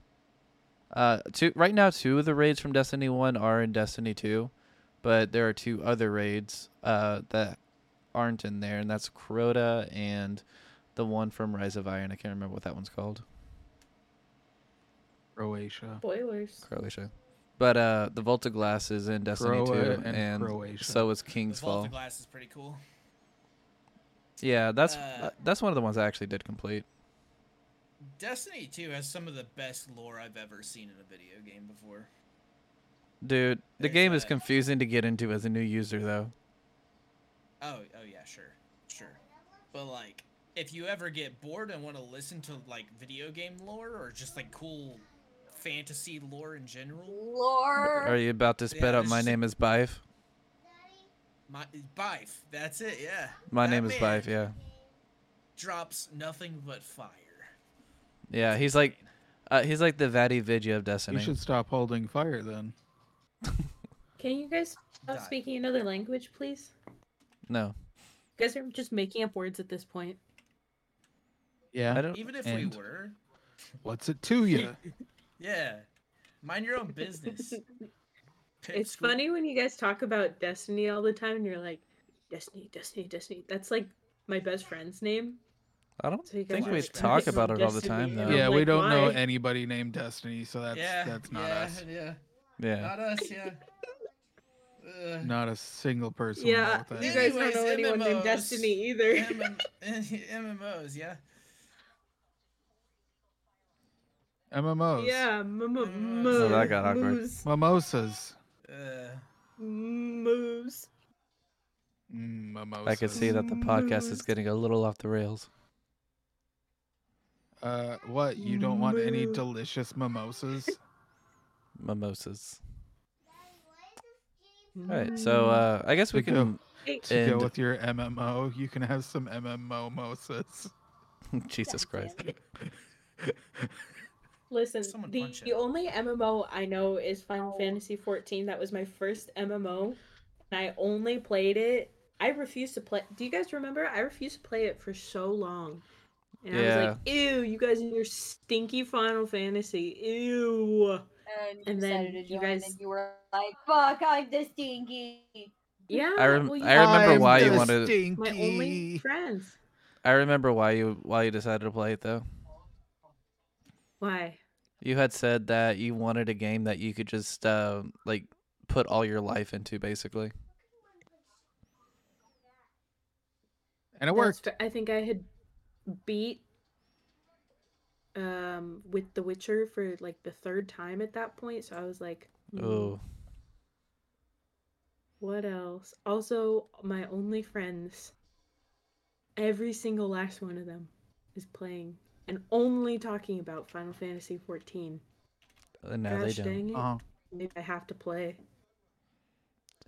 Uh, two right now, two of the raids from Destiny One are in Destiny Two, but there are two other raids uh, that aren't in there, and that's Crota and the one from Rise of Iron. I can't remember what that one's called.
Croatia.
Spoilers.
Croatia. But uh, the Volta Glass is in Destiny
Croa
Two,
and
and
Croatia.
so is
The
King's
Vault
Fall.
of Glass is pretty cool.
Yeah, that's
Uh,
that's one of the ones I actually did complete.
Destiny 2 has some of the best lore I've ever seen in a video game before.
Dude, the
there's
game is
that.
confusing to get into as a new user though.
Oh, oh yeah, sure. Sure. But like if you ever get bored and want to listen to like video game lore or just like cool fantasy lore in general,
Lore.
Are you about to spit
Yeah,
out
there's
my
just-
name is Bife?
my Bife, that's it, yeah.
My
That
name is
man
Bife, yeah.
Drops nothing but fire.
Yeah, he's like uh, he's like the Vadi Vidya of
You
Destiny.
should stop holding fire then.
Can you guys stop
Die.
speaking another language, please?
No.
You guys are just making up words at this point.
I
Yeah.
don't
Even if
And-
we were,
What's it to you?
yeah. Mind your own business.
It's
Pipsqueak.
funny when you guys talk about Destiny all the time and you're like, Destiny, Destiny, Destiny. That's like my best friend's name.
I don't
So you guys
think
are
we
like,
talk
"Destiny,
about it all the time
Destiny,"
though.
and I'm
Yeah, we
like,
don't know
"Why?"
anybody named Destiny, so that's
yeah,
that's not
yeah,
us.
Yeah,
Yeah.
not us. Yeah. Uh,
Not a single person.
Yeah,
will know what
you
that
guys
is.
don't
Anyways,
know anyone named
MMOs.
Destiny either.
MM MMOs. Yeah.
MMOs.
yeah, m- m-
MMOs.
Oh, that got awkward.
moves,
Mimosas.
Uh,
moves.
Mm, mimosas.
I could see that the podcast is getting a little off the rails.
Uh, what? You don't want any
Moo.
delicious mimosas?
Mimosas. All right. So uh I guess we
Good
can
job.
Hey,
to go
And-
with your MMO, you can have some MMO mosas.
Jesus Christ.
Listen,
Someone
the,
punch
the
it.
only MMO I know is Final Fantasy XIV. That was my first MMO, and I only played it. I refused to play. Do you guys remember? I refused to play it for so long, and I was like, "Ew, you guys and your stinky Final Fantasy." Ew.
And, you
And
decided
then
to
you
join
guys-
and you were like, "Fuck, I'm the stinky."
Yeah.
I rem-
well, you
I remember
guys
why
were
you wanted-
my only
Stinky.
friends.
I remember why you why you decided to play it though.
Why?
You had said that you wanted a game that you could just uh, like put all your life into, basically.
and it
That's
worked.
fa- I think I had beat um with The Witcher for like the third time at that point, so I was like, "Hmm,
Ooh,
what else? Also, my only friends, every single last one of them is playing and only talking about Final Fantasy 14.
and now
Gosh
they don't.
dang it.
Uh-huh.
Maybe I have to play.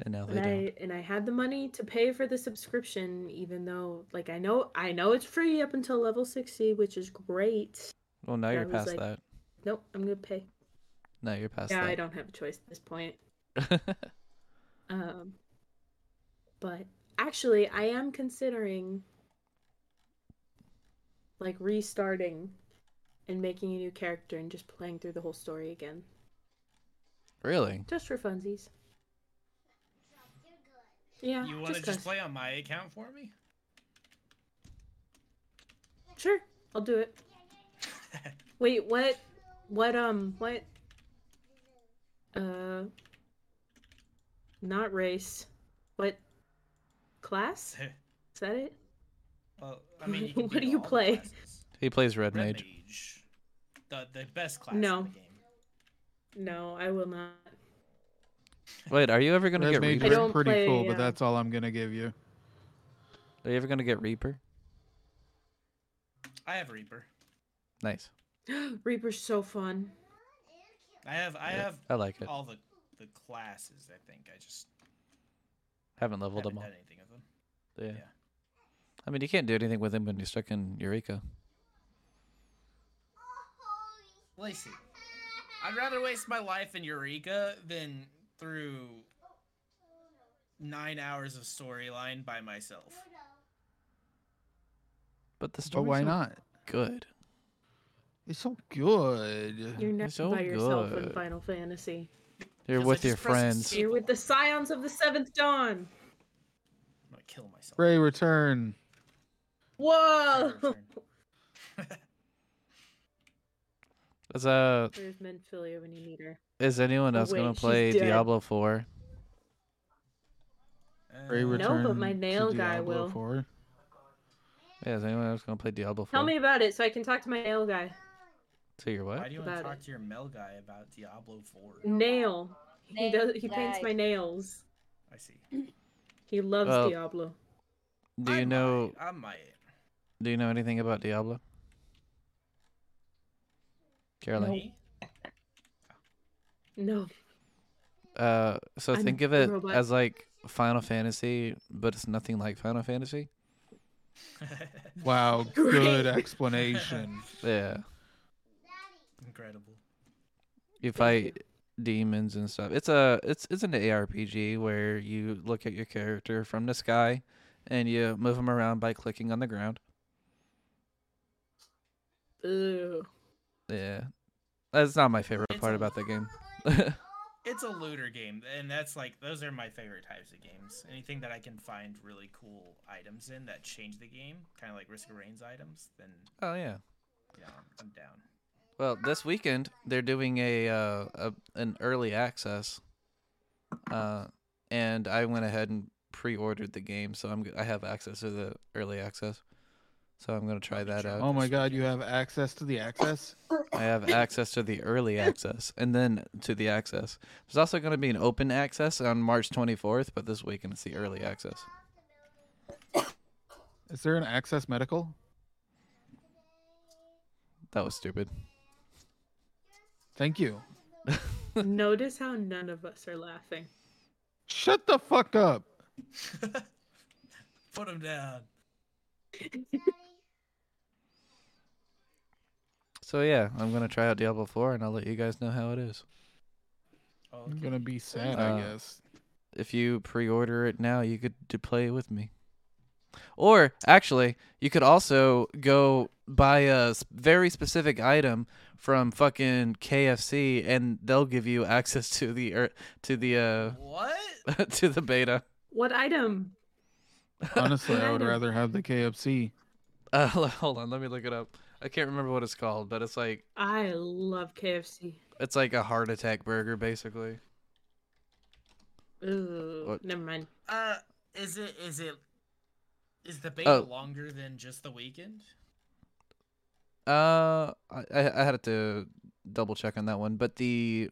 And now they
and
don't.
I and I had the money to pay for the subscription, even though like I know I know it's free up until level sixty, which is great.
Well, now
I
you're
was
past
like-
that.
Nope, I'm gonna pay.
No, you're past
yeah,
that.
I don't have a choice at this point. Um, but actually, I am considering like restarting and making a new character and just playing through the whole story again,
really?
just for funsies. Yeah,
You want to just
'cause.
play on my account for me?
Sure, I'll do it. Wait, what? What? Um, what? Uh, not race. What? Class? Is that it?
well, I mean, you can
What do
do
you
all the
play?
classes.
He plays red,
Red
mage.
mage. The the best class
No.
in the game.
No, I will not.
Wait, are you ever gonna
Red
get
Mage
Reaper?
I
is
don't
pretty
play, uh,
cool,
yeah.
but that's all I'm gonna give you.
Are you ever gonna get Reaper?
I have Reaper.
Nice.
Reaper's so fun.
I have I
Yeah,
have
I like it.
all the the classes. I think I just
Haven't leveled
haven't
them all.
done anything of them.
Yeah.
yeah.
I mean, you can't do anything with him when you're stuck in Eureka.
Lacey, I'd rather waste my life in Eureka than through nine hours of storyline by myself.
But the
But
story's
why
so
not?
Good.
It's so good.
You're never
so
by yourself in
good.
Final Fantasy.
You're
Because I
with your
just press
friends.
escape.
You're with the Scions of the Seventh Dawn.
I'm gonna kill myself.
Ray return.
Whoa!
Is uh,
Where's Menphilia when you need her?
is anyone
Oh,
else
wait,
gonna
she's
play
dead.
Diablo Four?
Ray
Uh,
return.
my
to
nail guy
Diablo
will.
4.
Yeah, is anyone else gonna play Diablo Four?
Tell me about it so I can talk to my nail guy.
To your
Why
what?
do you want to
About
talk
it.
to your Mel guy about Diablo 4?
Nail. He
Nail
does. He paints
guy.
my nails.
I see.
He loves
Well,
Diablo.
Do you know?
I might.
Do you know anything about Diablo? Caroline.
Me?
No.
Uh, so
I'm
think of
a
it
robot.
as like Final Fantasy, but it's nothing like Final Fantasy.
Wow, good explanation.
Yeah,
Incredible.
you
Thank you.
fight demons and stuff. It's a it's it's an ARPG where you look at your character from the sky, and you move them around by clicking on the ground.
Ew.
Yeah, that's not my favorite
It's
part
a-
about the game.
It's a looter game, and that's like those are my favorite types of games. Anything that I can find really cool items in that change the game, kind of like Risk of Rain's items, then
oh yeah.
you know, I'm- I'm down.
Well, this weekend they're doing a, uh, a an early access, uh, and I went ahead and pre-ordered the game, so I'm g- I have access to the early access, so I'm gonna try that out.
Oh my god, you have access to the access?
I have access to the early access, and then to the access. There's also gonna be an open access on March 24th, but this weekend it's the early access.
Is there an access medical?
That was stupid.
Thank you.
Notice how none of us are laughing.
Shut the fuck up.
Put him down.
So yeah, I'm gonna try out Diablo 4, and I'll let you guys know how it is.
Oh,
I'm
okay.
gonna be sad,
Uh,
I guess.
if you pre-order it now, you could d- play it with me. Or actually, you could also go buy a s- very specific item from fucking KFC, and they'll give you access to the er, to the
What?
uh, to the beta.
What item?
Honestly, I would
Random.
rather have the KFC.
Uh, l- hold on, let me look it up. I can't remember what it's called, but it's like
I love KFC.
it's like a heart attack burger, basically.
Ooh,
What?
never mind.
Uh, is it is it is the beta
Oh.
longer than just the weekend?
Uh, I I I had to double check on that one, but the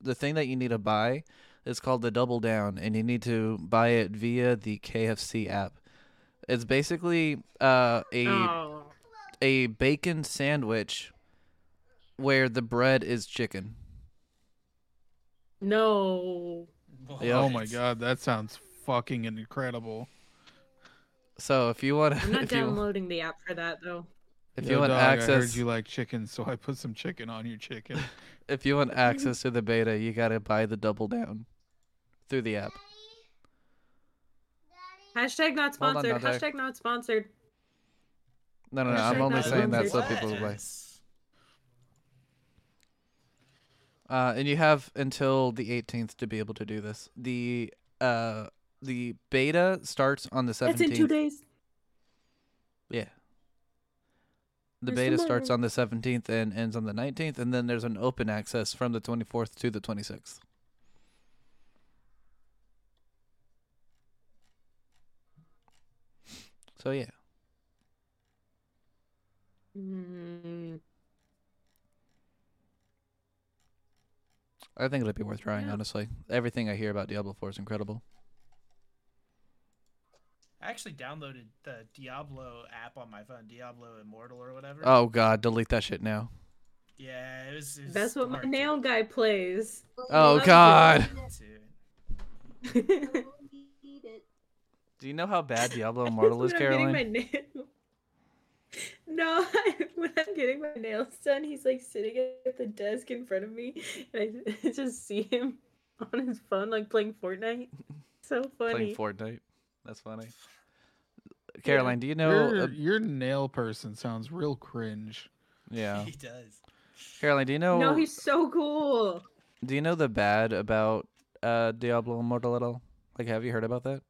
the thing that you need to buy is called the Double Down, and you need to buy it via the KFC app. It's basically uh a
Oh,
a bacon sandwich where the bread is chicken.
no.
Oh
Yep.
my god, that sounds fucking incredible.
So if you want
I'm not
to, if you
downloading the app for that, though.
If
Yo,
you want
dog, I heard
access,
you like chicken, so I put some chicken on your chicken.
if you want access to the beta, you gotta buy the double down through the app.
Hashtag not
Hold on,
sponsored.
Dante.
Hashtag not sponsored.
No, no, no.
Hashtag
I'm only
not
saying that
sponsored.
so people will buy. Uh, and you have until the 18th to be able to do this. The uh, the beta starts on the 17th.
That's in two days.
Yeah. The
There's
beta
some
starts
other-
on the 17th and ends on the 19th, and then there's an open access from the 24th to the 26th. So yeah,
Mm,
I think it'll be worth trying.
Yeah.
Honestly, everything I hear about Diablo 4 is incredible.
I actually downloaded the Diablo app on my phone, Diablo Immortal or whatever.
Oh God, delete that shit now.
Yeah, it was. It was
that's what my
hard to-
nail guy plays.
Oh
Love
God.
to-
Need it.
Do you know how bad Diablo
That's
Immortal is,
when I'm getting
Caroline?
my nail- No, when I'm getting my nails done, he's like sitting at the desk in front of me, and I just see him on his phone, like playing Fortnite. So funny.
Playing Fortnite. That's funny. Caroline, do you know?
your,
uh,
your nail person sounds real cringe.
yeah,
He does.
Caroline, do you know?
No, he's so cool.
Do you know the bad about uh, Diablo Immortal at all? Like, have you heard about that?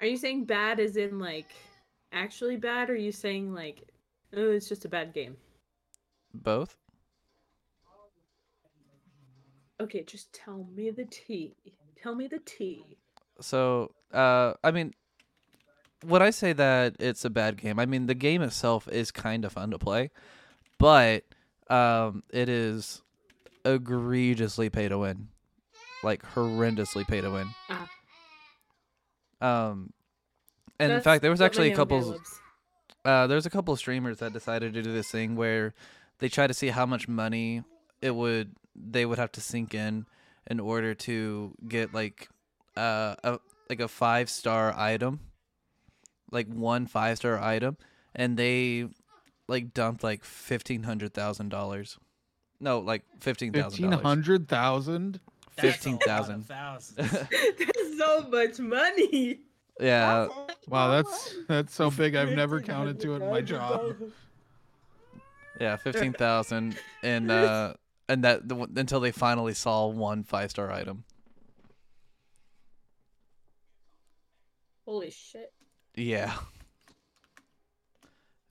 Are you saying bad as in like actually bad? Or are you saying like, oh, it's just a bad game?
Both?
Okay, just tell me the tea. Tell me the tea.
So, uh, I mean, when I say that it's a bad game, I mean the game itself is kind of fun to play, but um, it is egregiously pay to win, like horrendously pay to win.
Ah.
Um, and in
That's
fact, there was
what my
actually a
nail guy
couple.
loves.
uh, there's a couple of streamers that decided to do this thing where they try to see how much money it would they would have to sink in in order to get like uh, a like a five star item, like one five star item, and they like dumped like fifteen hundred thousand dollars. No, like fifteen thousand
Fifteen
dollars.
hundred thousand.
That's a lot of
15,000.
thousands.
That's so much money.
yeah,
Wow, that's that's so big. I've never counted to it in my job.
yeah, fifteen thousand, and uh, and that the, one- until they finally saw one five star item.
Holy shit.
Yeah.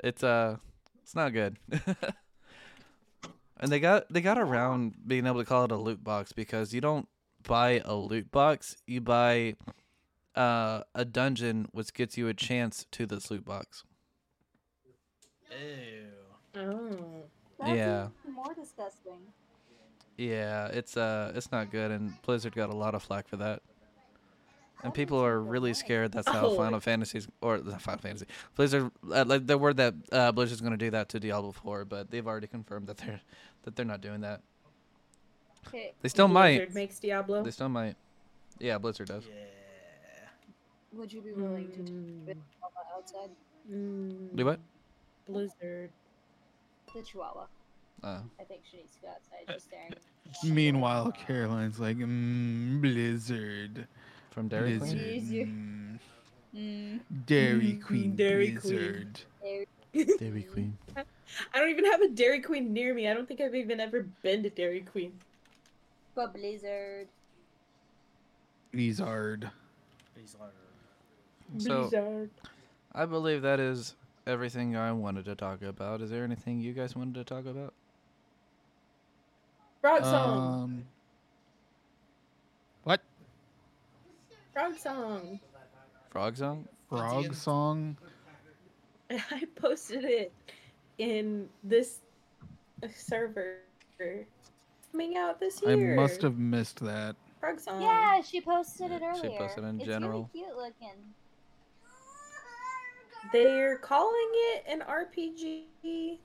It's uh it's not good. and they got they got around being able to call it a loot box because you don't buy a loot box, you buy uh a dungeon which gets you a chance to this loot box.
Ew.
Oh.
That's
Yeah.
even more disgusting.
Yeah, it's uh it's not good and Blizzard got a lot of flack for that. And people are really scared that's how
Oh.
Final Fantasies or not Final Fantasy Blizzard uh, like the word that uh, Blizzard's going to do that to Diablo 4, but they've already confirmed that they're that they're not doing that.
Okay,
They still might.
Blizzard makes Diablo.
They still might. Yeah, Blizzard does.
Yeah.
would you be willing to do
Mm,
Chihuahua outside
mm,
Do what?
Blizzard.
the Chihuahua?
Uh,
I think she needs to go outside. She's staring.
Meanwhile, Caroline's like, mm, Blizzard,
from Dairy Queen.
Blizzard,
Easier.
mm,
Mm.
Dairy
Mm,
Queen,
Dairy Queen.
Blizzard.
uh, Dairy Queen.
I don't even have a Dairy Queen near me. I don't think I've even ever been to Dairy Queen.
But Blizzard.
Blizzard.
He's like,
So-
Blizzard.
I believe that is everything I wanted to talk about. Is there anything you guys wanted to talk about?
Frog song.
Um, what
Frog song.
Frog song?
Um, frog song?
I posted it in this server coming out this
I
year.
must have missed that.
Frog song.
Yeah, she posted it
Yeah,
earlier.
she posted it in
it's
general.
really cute looking.
They're calling it an RPG,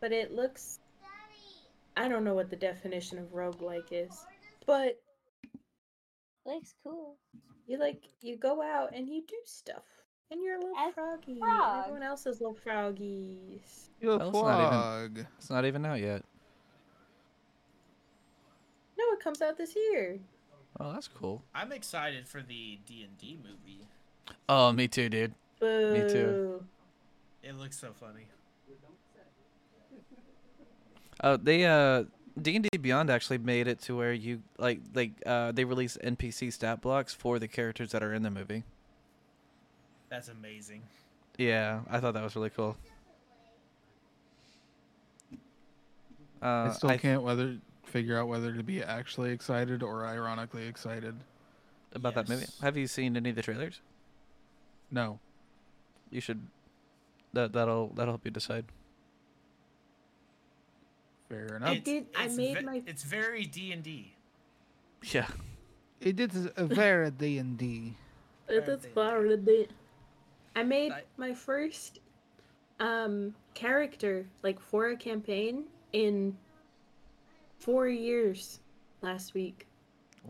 but it looks. I don't know what the definition of roguelike is, but
Looks cool.
you like you go out and you do stuff And you're a little
As
froggy.
frog.
and Everyone else is little froggies.
You
Well,
a
it's not
frog.
It's not even out yet.
No, it comes out this year.
Oh, that's cool.
I'm excited for the D and D movie.
Oh, me too, dude.
Boo.
too.
It looks so funny.
Uh, they uh D and D Beyond actually made it to where you like like uh they release NPC stat blocks for the characters that are in the movie.
That's amazing.
Yeah, I thought that was really cool. Uh,
I still
th-
can't whether figure out whether to be actually excited or ironically excited.
about that movie.
Yes.
Have you seen any of the trailers?
No.
You should. That that'll that'll help you decide.
Fair enough.
It's-
did- I
it's
made
ve-
my-
It's very D and D.
Yeah.
It is
uh,
a very D and D.
It is
Birthday.
borrowed it. I made
Right.
my first um character like for a campaign in four years last week.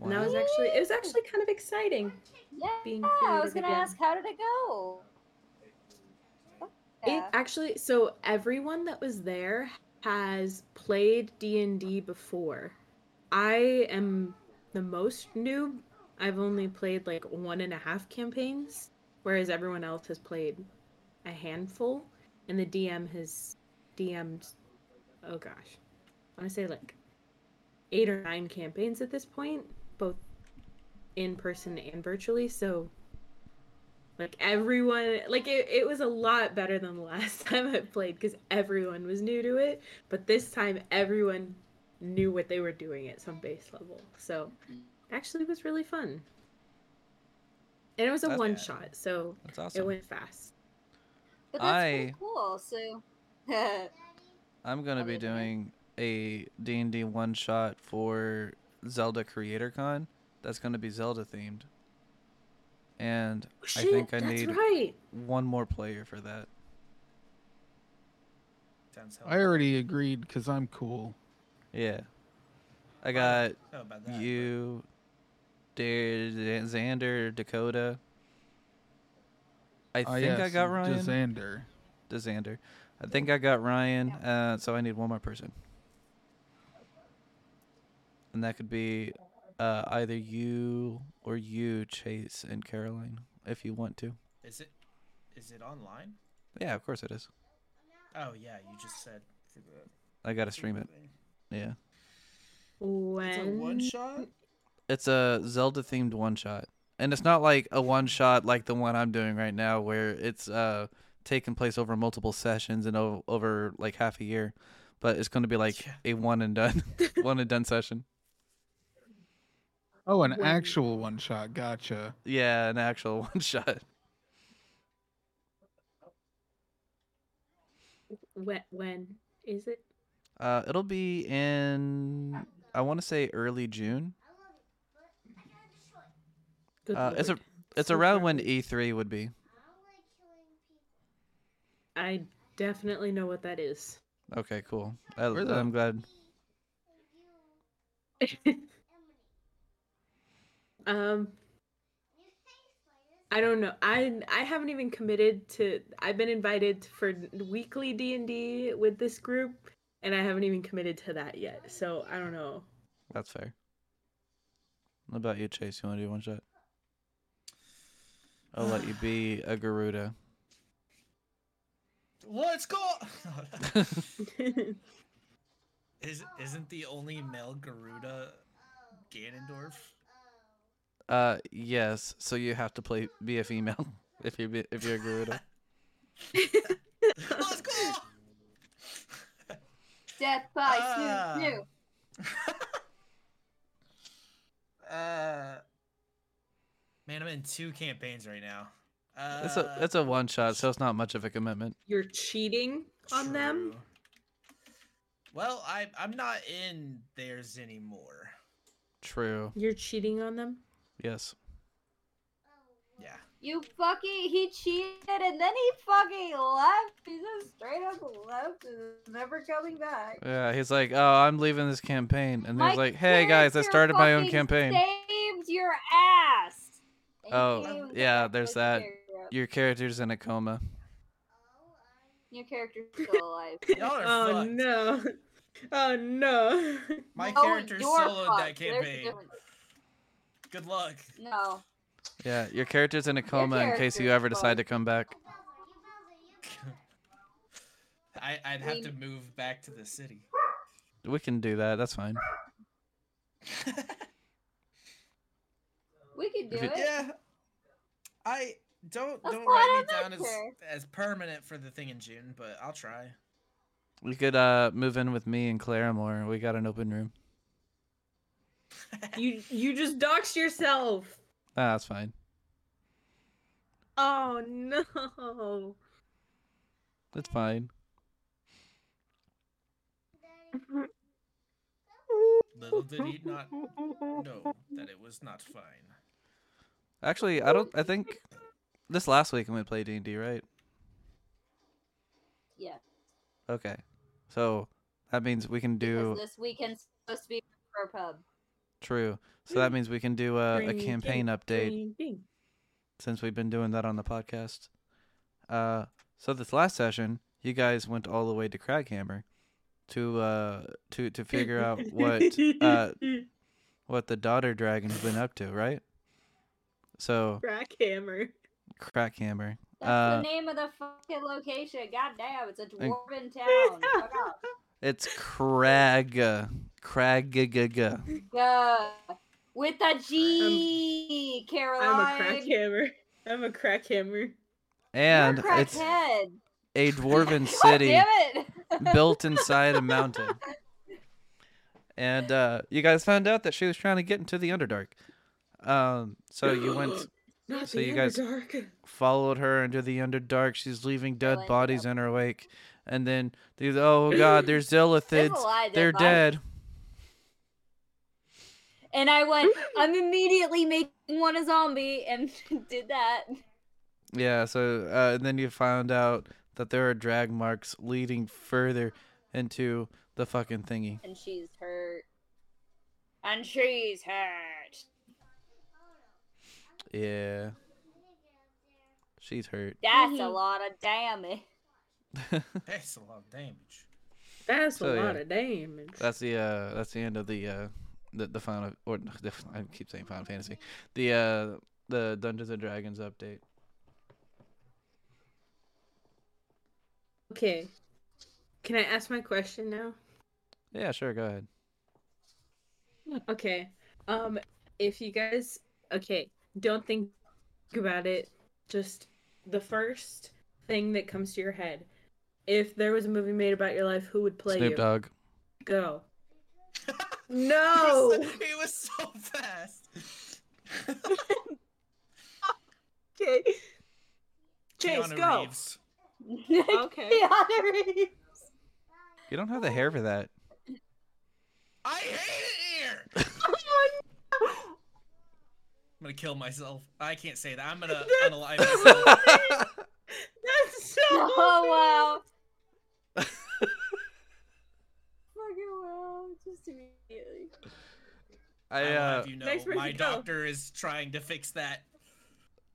And I was actually it was actually kind of exciting.
Yeah,
Being
I was
creative
gonna
again.
ask how did it go? Yeah.
It actually so everyone that was there has played D&D before. I am the most noob. I've only played like one and a half campaigns, whereas everyone else has played a handful, and the DM has DM'd. Oh gosh, I want to say like eight or nine campaigns at this point, both in person and virtually. So like everyone, like it, it was a lot better than the last time I played because everyone was new to it. But this time, everyone knew what they were doing at some base level. So actually, it was really fun. And it was a
That's-
one shot, so
That's awesome.
it went fast.
But that's pretty
I-
cool. So, oh,
I'm gonna
Other
be
than that.
doing a D and D one shot for Zelda Creator Con. That's gonna be Zelda themed. And I think I
that's
need
right.
one more player for that.
Sounds
I already agreed because I'm cool.
Yeah. I
I
got
don't know about that, but-
you, Da- Da- Xander, Dakota. I
Ah,
think I
yes,
got Ryan.
Xander.
Da Xander. I think I got Ryan. Uh, so I need one more person. And that could be uh, either you or you, Chase and Caroline, if you want to.
Is it? Is it online?
Yeah, of course it is.
Oh yeah, you just said.
I gotta stream it. Yeah,
When
It's a one shot.
it's a Zelda themed one shot, and it's not like a one shot like the one I'm doing right now, where it's uh taking place over multiple sessions and o- over like half a year, but it's gonna be like
Yeah.
a one and done, one and done session.
Oh, an
When-
actual one shot. Gotcha.
Yeah, an actual one shot.
when when is it?
Uh, it'll be in I want to say early June.
Good
Uh, it's a-
lord.
It's
So
around
far
when
away.
E3 would be.
I definitely know what that is.
Okay, cool. I,
Where the-
I'm glad.
um, I don't know. I I haven't even committed to. I've been invited for weekly D and D with this group, and I haven't even committed to that yet. So I don't know.
That's fair. What about you, Chase? You want to do one shot? I'll let you be a Garuda.
Let's go. Is isn't the only male Garuda Ganondorf?
uh, yes. So you have to play be a female if you be, if you're a Garuda.
Let's go.
death by
Ah.
Snoo Snoo.
Uh, man, I'm in two campaigns right now. Uh,
it's a it's a one shot, so it's not much of a commitment.
You're cheating on them.
true. Well, I I'm not in theirs anymore.
True.
You're cheating on them.
Yes.
Yeah.
You fucking, he cheated and then he fucking left. He just straight up left and is never coming back.
Yeah. He's like, oh, I'm leaving this campaign, and then he's
My
like, hey guys, I
character
started my own
fucking
campaign.
Saved your ass. And you
Oh,
can't even get
yeah,
back to
there's
the
that.
character.
Your character's in a coma.
Your character's still alive.
Y'all are
Oh
fucked.
no. Oh no.
My
No,
character
Oh, you're
soloed that
fucked. There's a
campaign.
difference.
Good luck.
No.
Yeah, your character's in a coma in case you
character's
ever decide
fine.
to come back.
I, I'd have to
We-
move back to the city.
We can do that. That's fine.
We could do
If it-
it.
yeah. I don't
That's
don't
why I
write me
don't
down as,
answer.
as permanent for the thing in June, but I'll try.
You could uh move in with me and Clarimore. We got an open room.
You you just doxed yourself.
Ah, that's fine.
Oh no.
That's fine. Uh,
Little did he not know that it was not fine.
Actually, I don't. I think this last week when we played D and D, right?
Yeah.
Okay, so that means we can do
Because this weekend's supposed to be for pub.
true. So that means we can do uh, a, a
Green
campaign
ding,
update
green ding.
since we've been doing that on the podcast. Uh, so this last session, you guys went all the way to Craghammer to uh to to figure out what uh what the daughter dragon's been up to, right? So
Crackhammer.
Crackhammer.
That's
Uh,
the name of the fucking location. God damn, it's a dwarven town. Fuck off.
It's Crag Crag
Yeah. With a G, Caroline.
I'm a crackhammer. I'm a crackhammer.
and
You're a
it's
crackhead.
a dwarven
God
city
damn it.
built inside a mountain. And uh, you guys found out that she was trying to get into the Underdark. Um, so you went,
Not
so
the
you guys-
Underdark.
followed her into the Underdark. She's leaving dead
like
bodies in her wake, and then these oh god, they're Zilithids. They're dead.
And I went, I'm immediately making one a zombie and did that.
Yeah, so uh, and then you found out that there are drag marks leading further into the fucking thingy.
And she's hurt. And she's hurt.
Yeah. She's hurt.
That's a
Mhm.
lot of damage.
That's a lot of damage.
That's
So,
a
yeah.
lot of damage.
That's the uh that's the end of the uh the, the final or the, I keep saying Final Fantasy. The uh the Dungeons and Dragons update.
Okay. Can I ask my question now?
Yeah, sure, go ahead.
Okay. Um, if you guys, okay, don't think about it. Just the first thing that comes to your head. If there was a movie made about your life, who would play
Snoop
you?
Dogg.
Go.
He
No.
was- He was so fast.
okay. Chase,
Keanu
go.
Reeves.
Okay.
Keanu Reeves.
You don't have the hair for that.
I hate it here.
Oh
I'm gonna kill myself. I can't say that. I'm gonna unalive myself.
That's so.
Oh wow. Fucking wow. Just immediately.
I
I'll
uh
have you know,
Thanks, Ricky,
my
go.
doctor is trying to fix that.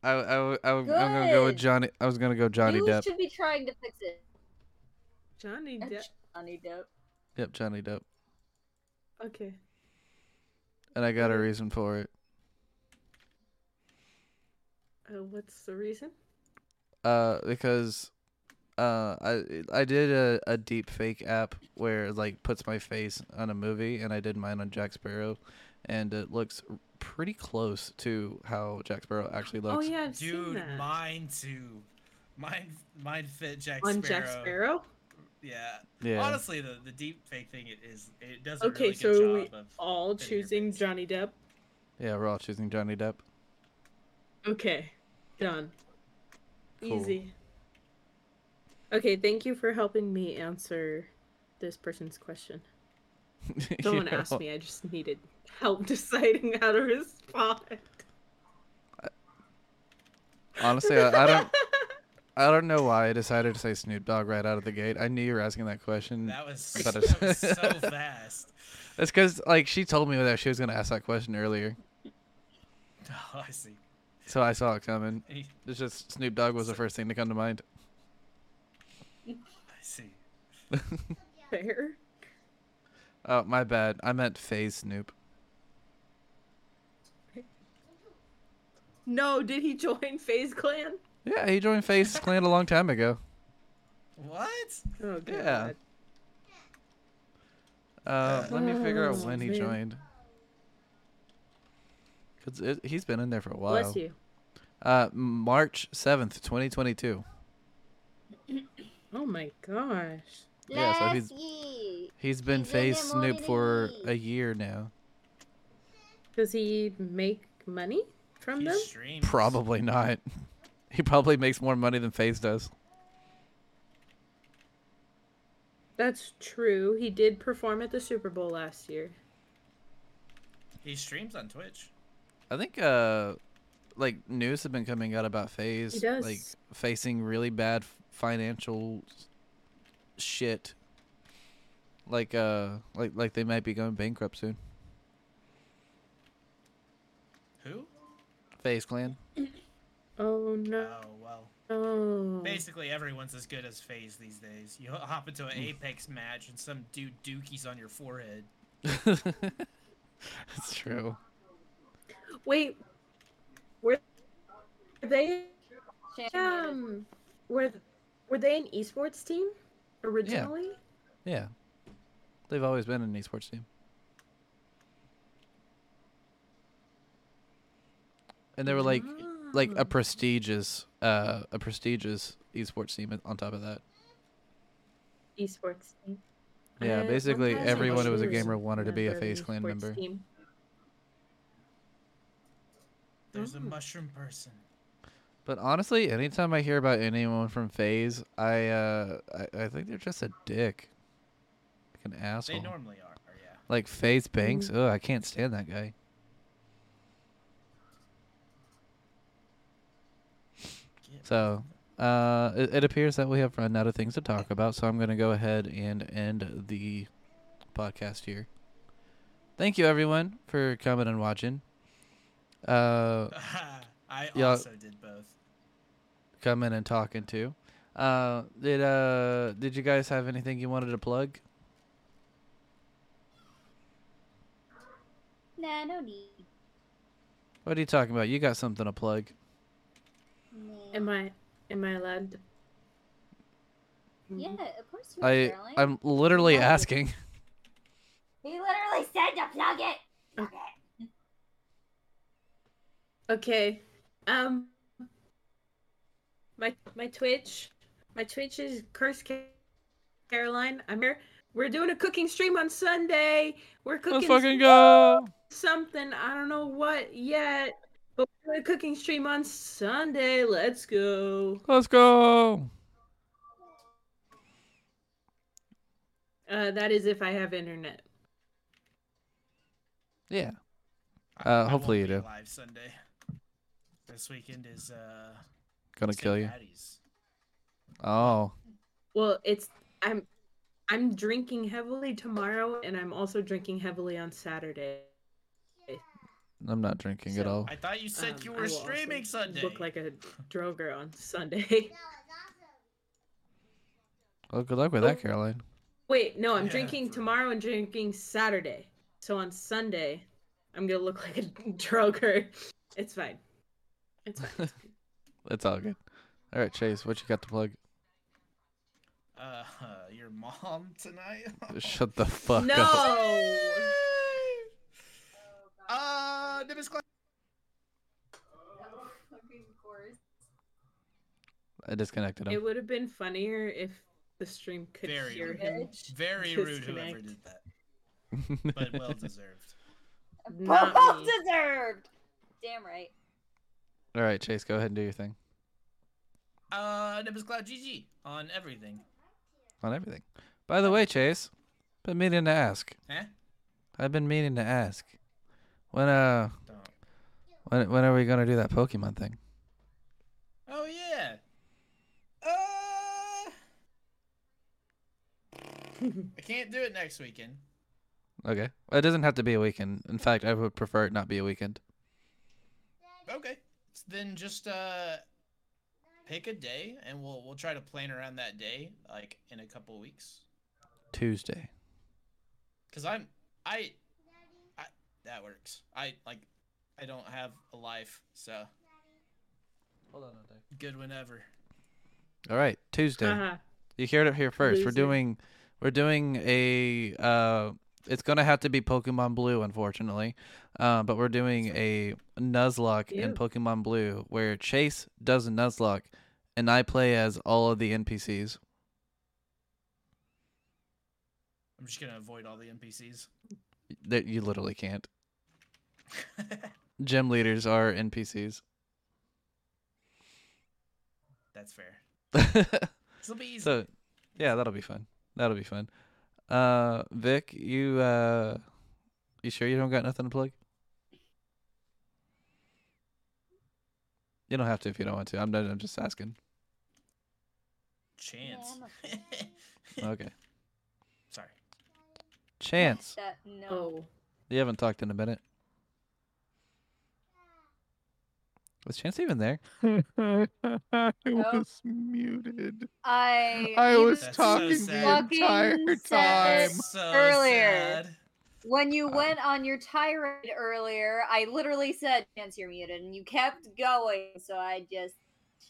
I I I am gonna go with
Good.
Johnny I was gonna go Johnny
you
Depp.
should be trying to fix it.
Johnny Depp.
Johnny Depp.
Yep, Johnny Depp.
Okay.
And I got a reason for it.
Uh, what's the reason?
Uh, because uh, I I did a, a deep fake app where it, like puts my face on a movie, and I did mine on Jack Sparrow, and it looks pretty close to how Jack Sparrow actually
Oh
looks.
yeah, I've seen
Dude,
that.
mine too. Mine, mine fit Jack
On
Sparrow.
Jack Sparrow.
Yeah.
Yeah.
Honestly, the the deep fake thing it is it does a
Okay,
really
so we-
good job of.
All
Fitting your
choosing
face.
Johnny Depp.
Yeah, we're all choosing Johnny Depp.
Okay, done.
Cool.
Easy. Okay, thank you for helping me answer this person's question. Someone
You're
asked
all-
me, I just needed help deciding how to respond.
Honestly, I, I don't. I don't know why I decided to say Snoop Dogg right out of the gate. I knew you were asking that question.
That was,
But
that
it's-
was so fast.
It's because like she told me that she was gonna ask that question earlier.
Oh, I see.
So I saw it coming.
I
It's just Snoop Dogg was the first thing to come to mind.
see.
Fair.
Oh, my bad. I meant Phase Snoop.
No, did he join Phase Clan?
Yeah, he joined Phase Clan a long time ago.
What?
Oh god.
Yeah. Uh, let me figure out
Oh,
when he
man.
joined. Cause it, he's been in there for a while.
Bless you.
Uh, March seventh, twenty twenty-two.
Oh my gosh.
Yeah, so he's-
Bless ye.
He's been
He's in
Phase
there more
Snoop
than
for
me.
a year now.
Does he make money from
He
them?
streams.
Probably not. He probably makes more money than Phase does.
That's true. He did perform at the Super Bowl last year.
He streams on Twitch.
I think uh, like news have been coming out about Phase.
He does.
Like facing really bad f- financial s- shit. Like uh, like like they might be going bankrupt soon.
Who?
Phase Clan.
oh no.
Oh well.
Oh.
Basically, everyone's as good as Phase these days. You ho- hop into an
Mm.
Apex match and some dude dookies on your forehead.
That's true.
Wait. Were they
Shame on you.
um were were they an esports team originally?
Yeah. They've always been an esports team. And they were like like
Ah.
a prestigious uh a prestigious esports team on top of that.
esports team.
Yeah,
Uh,
basically
one time
everyone who was a
she
gamer wanted to be a
member of
FaZe
an
Clan
esports
member.
team.
There's a
Oh.
mushroom person.
But honestly, anytime I hear about anyone from FaZe, I uh I, I think they're just a dick. Like an asshole.
They normally are. Yeah.
Like FaZe Banks. Oh, I can't stand that guy.
Get
So, uh, it, it appears that we have run out of things to talk about, so I'm going to go ahead and end the podcast here. Thank you, everyone, for coming and watching. Uh,
I
Yeah.
also did both.
coming and talking to. Uh, did uh, did you guys have anything you wanted to plug?
Nah, no need.
What are you talking about? You got something to plug?
Nah.
Am I am I allowed? to- Mm-hmm.
Yeah, of course you are,
I
darling.
I'm literally
Plug it.
asking.
He literally said to plug it. Plug it.
Okay. Um my my Twitch. My Twitch is Curse Ca- Caroline. I'm here. We're doing a cooking stream on Sunday. We're
Let's
cooking
fucking go!
something. I don't know what yet. But we're doing a cooking stream on Sunday. Let's go.
Let's go!
Uh that is if I have internet.
Yeah.
I-
Uh,
I won't
hopefully you
be
do.
Live Sunday. This weekend is uh.
Gonna
St.
kill you.
Patty's.
Oh.
Well, it's I'm I'm drinking heavily tomorrow and I'm also drinking heavily on Saturday.
I'm not drinking at
So,
all.
I thought you said
Um,
you
I
were
will also
streaming Sunday.
Look like a droger on Sunday.
Well, good luck with that,
Oh.
Caroline.
Wait, no, I'm
Yeah,
drinking
for-
tomorrow and drinking Saturday. So on Sunday, I'm gonna look like a droger. It's fine. It's fine. it's fine.
It's all good. All right, Chase, what you got to plug?
uh, your mom tonight.
Shut the fuck up.
no. Oh.
Uh, Nimbus Clan.
I disconnected him.
It would have been funnier if the stream could
Very
hear
rude.
him.
Very rude, whoever
Disconnect.
did that, but well deserved.
Not
Well
me.
deserved. Damn right.
all right, Chase, go ahead and do your thing
Uh, Nimbus Cloud GG on everything.
on everything. By the way, Chase, been meaning to ask.
Huh?
I've been meaning to ask. When uh,
Don't.
when when are we gonna do that Pokemon thing?
Oh yeah. Uh, I can't do it next weekend.
Okay, it doesn't have to be a weekend. In fact, I would prefer it not be a weekend.
Okay. It's then just uh pick a day and we'll we'll try to plan around that day like in a couple weeks
Tuesday.
cuz I'm I I that works. I like I don't have a life, so
Hold on
good whenever.
All right, Tuesday.
Uh-huh.
You heard it here first. We're
Loser.
doing we're doing a uh it's gonna have to be Pokemon Blue, unfortunately. Uh, but we're doing a Nuzlocke in
Ew.
Pokemon Blue where Chase does a Nuzlocke and I play as all of the NPCs.
I'm just going to avoid all the NPCs.
That you literally can't. Gym leaders are NPCs.
That's fair. This will be easy.
so yeah, that'll be fun. That'll be fun. Uh Vic, you uh you sure you don't got nothing to plug? You don't have to if you don't want to. I'm not, I'm just asking.
Chance.
Yeah, I'm
Okay.
Sorry.
Chance.
That no.
Oh.
You haven't talked in a minute. Was Chance even there?
I was muted.
I
I
you
was
That's so
talking the
sad.
entire
Fucking sad.
time.
It's
So
earlier.
sad.
When you
Uh,
went on your tirade earlier, I literally said, Chance, you're muted, and you kept going, so I just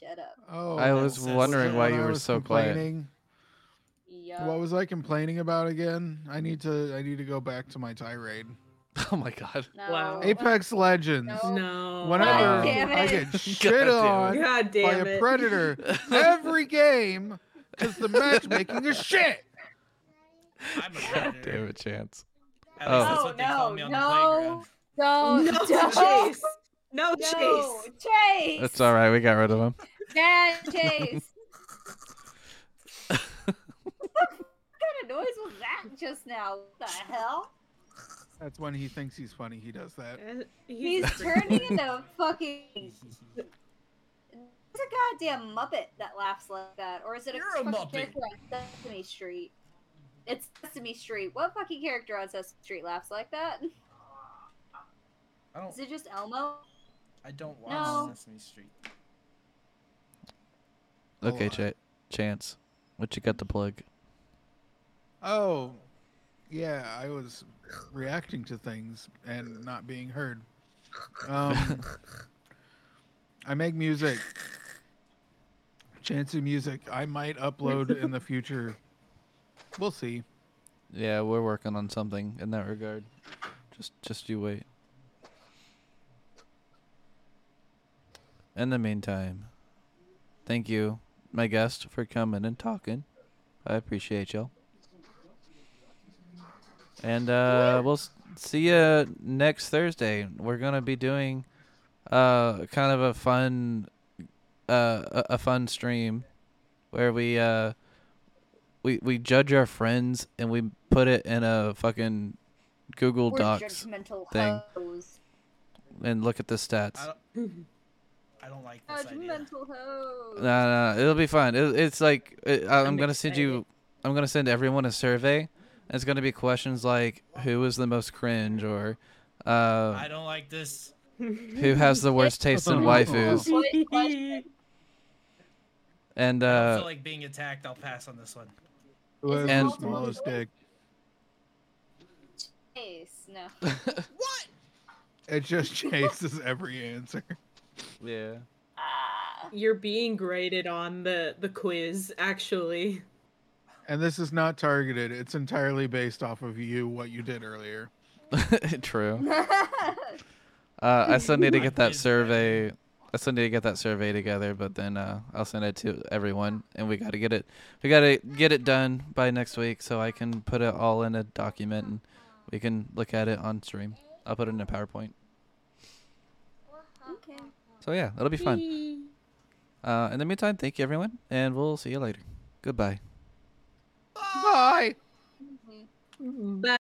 shut up.
Oh,
I
that
was
was it.
wondering why
when
you
I
were
was
so quiet.
complaining-
Yup.
What was I complaining about again? I need to. I need to go back to my tirade.
Oh my god.
No.
Wow.
Apex Legends.
Oh.
No.
Whenever
God
damn
I
it.
get
God
shit
damn
on
God
by
damn
a
it.
predator every game, because the matchmaking is shit.
I'm a
God
predator.
damn it, Chance.
At least
Oh.
that's what they
No,
call me on
no,
the
Don't.
playground.
No,
don't.
Chase. No,
No,
Chase.
Chase.
It's all right. We got rid of him.
Bad Chase. what kind of noise was that just now? What the hell?
That's when he thinks he's funny. He does that.
Uh,
He's
a freak.
turning into fucking. It's a goddamn Muppet that laughs like that, or is it a
You're a
fucking
Muppet.
character on Sesame Street? It's Sesame Street. What fucking character on Sesame Street laughs like that?
I
Is
don't.
it just Elmo?
I don't watch
No.
Sesame Street.
Okay,
Hold on.
Ch- Chance. What you got to plug?
Oh, yeah, I was reacting to things and not being heard. Um, I make music. Chancy music. I might upload in the future. We'll see.
Yeah, we're working on something in that regard. Just just you wait. In the meantime, thank you, my guest, for coming and talking. I appreciate y'all. And uh, we'll s- see you next Thursday. We're gonna be doing uh, kind of a fun uh, a, a fun stream where we uh, we we judge our friends and we put it in a fucking Google
We're
Docs
judgmental
thing.
hoes.
and look at the stats.
I
No,
don't. I don't like
Oh,
this idea.
Judgmental hoes.
no, no, it'll be fine. It, it's like it, I- I'm,
I'm
gonna send you. I'm gonna send everyone a survey. And it's gonna be questions like who is the most cringe or uh,
I don't like this.
who has the worst taste in
Oh,
waifus and
I don't
uh,
feel like being attacked. I'll pass on this one.
Who has
And-
the smallest dick?
Chase, no.
It just chases every answer.
yeah.
Ah.
You're being graded on the the quiz, actually.
And this is not targeted. It's entirely based off of you, what you did earlier.
True. Uh, I still need to
I
get that
did that.
survey. I still need to get that survey together, but then uh, I'll send it to everyone, and we got to get it. We got to get it done by next week, so I can put it all in a document, and we can look at it on stream. I'll put it in a PowerPoint.
okay.
So yeah, that'll be fun. Uh, in the meantime, thank you everyone, and we'll see you later. Goodbye.
Bye.
Mhm.
But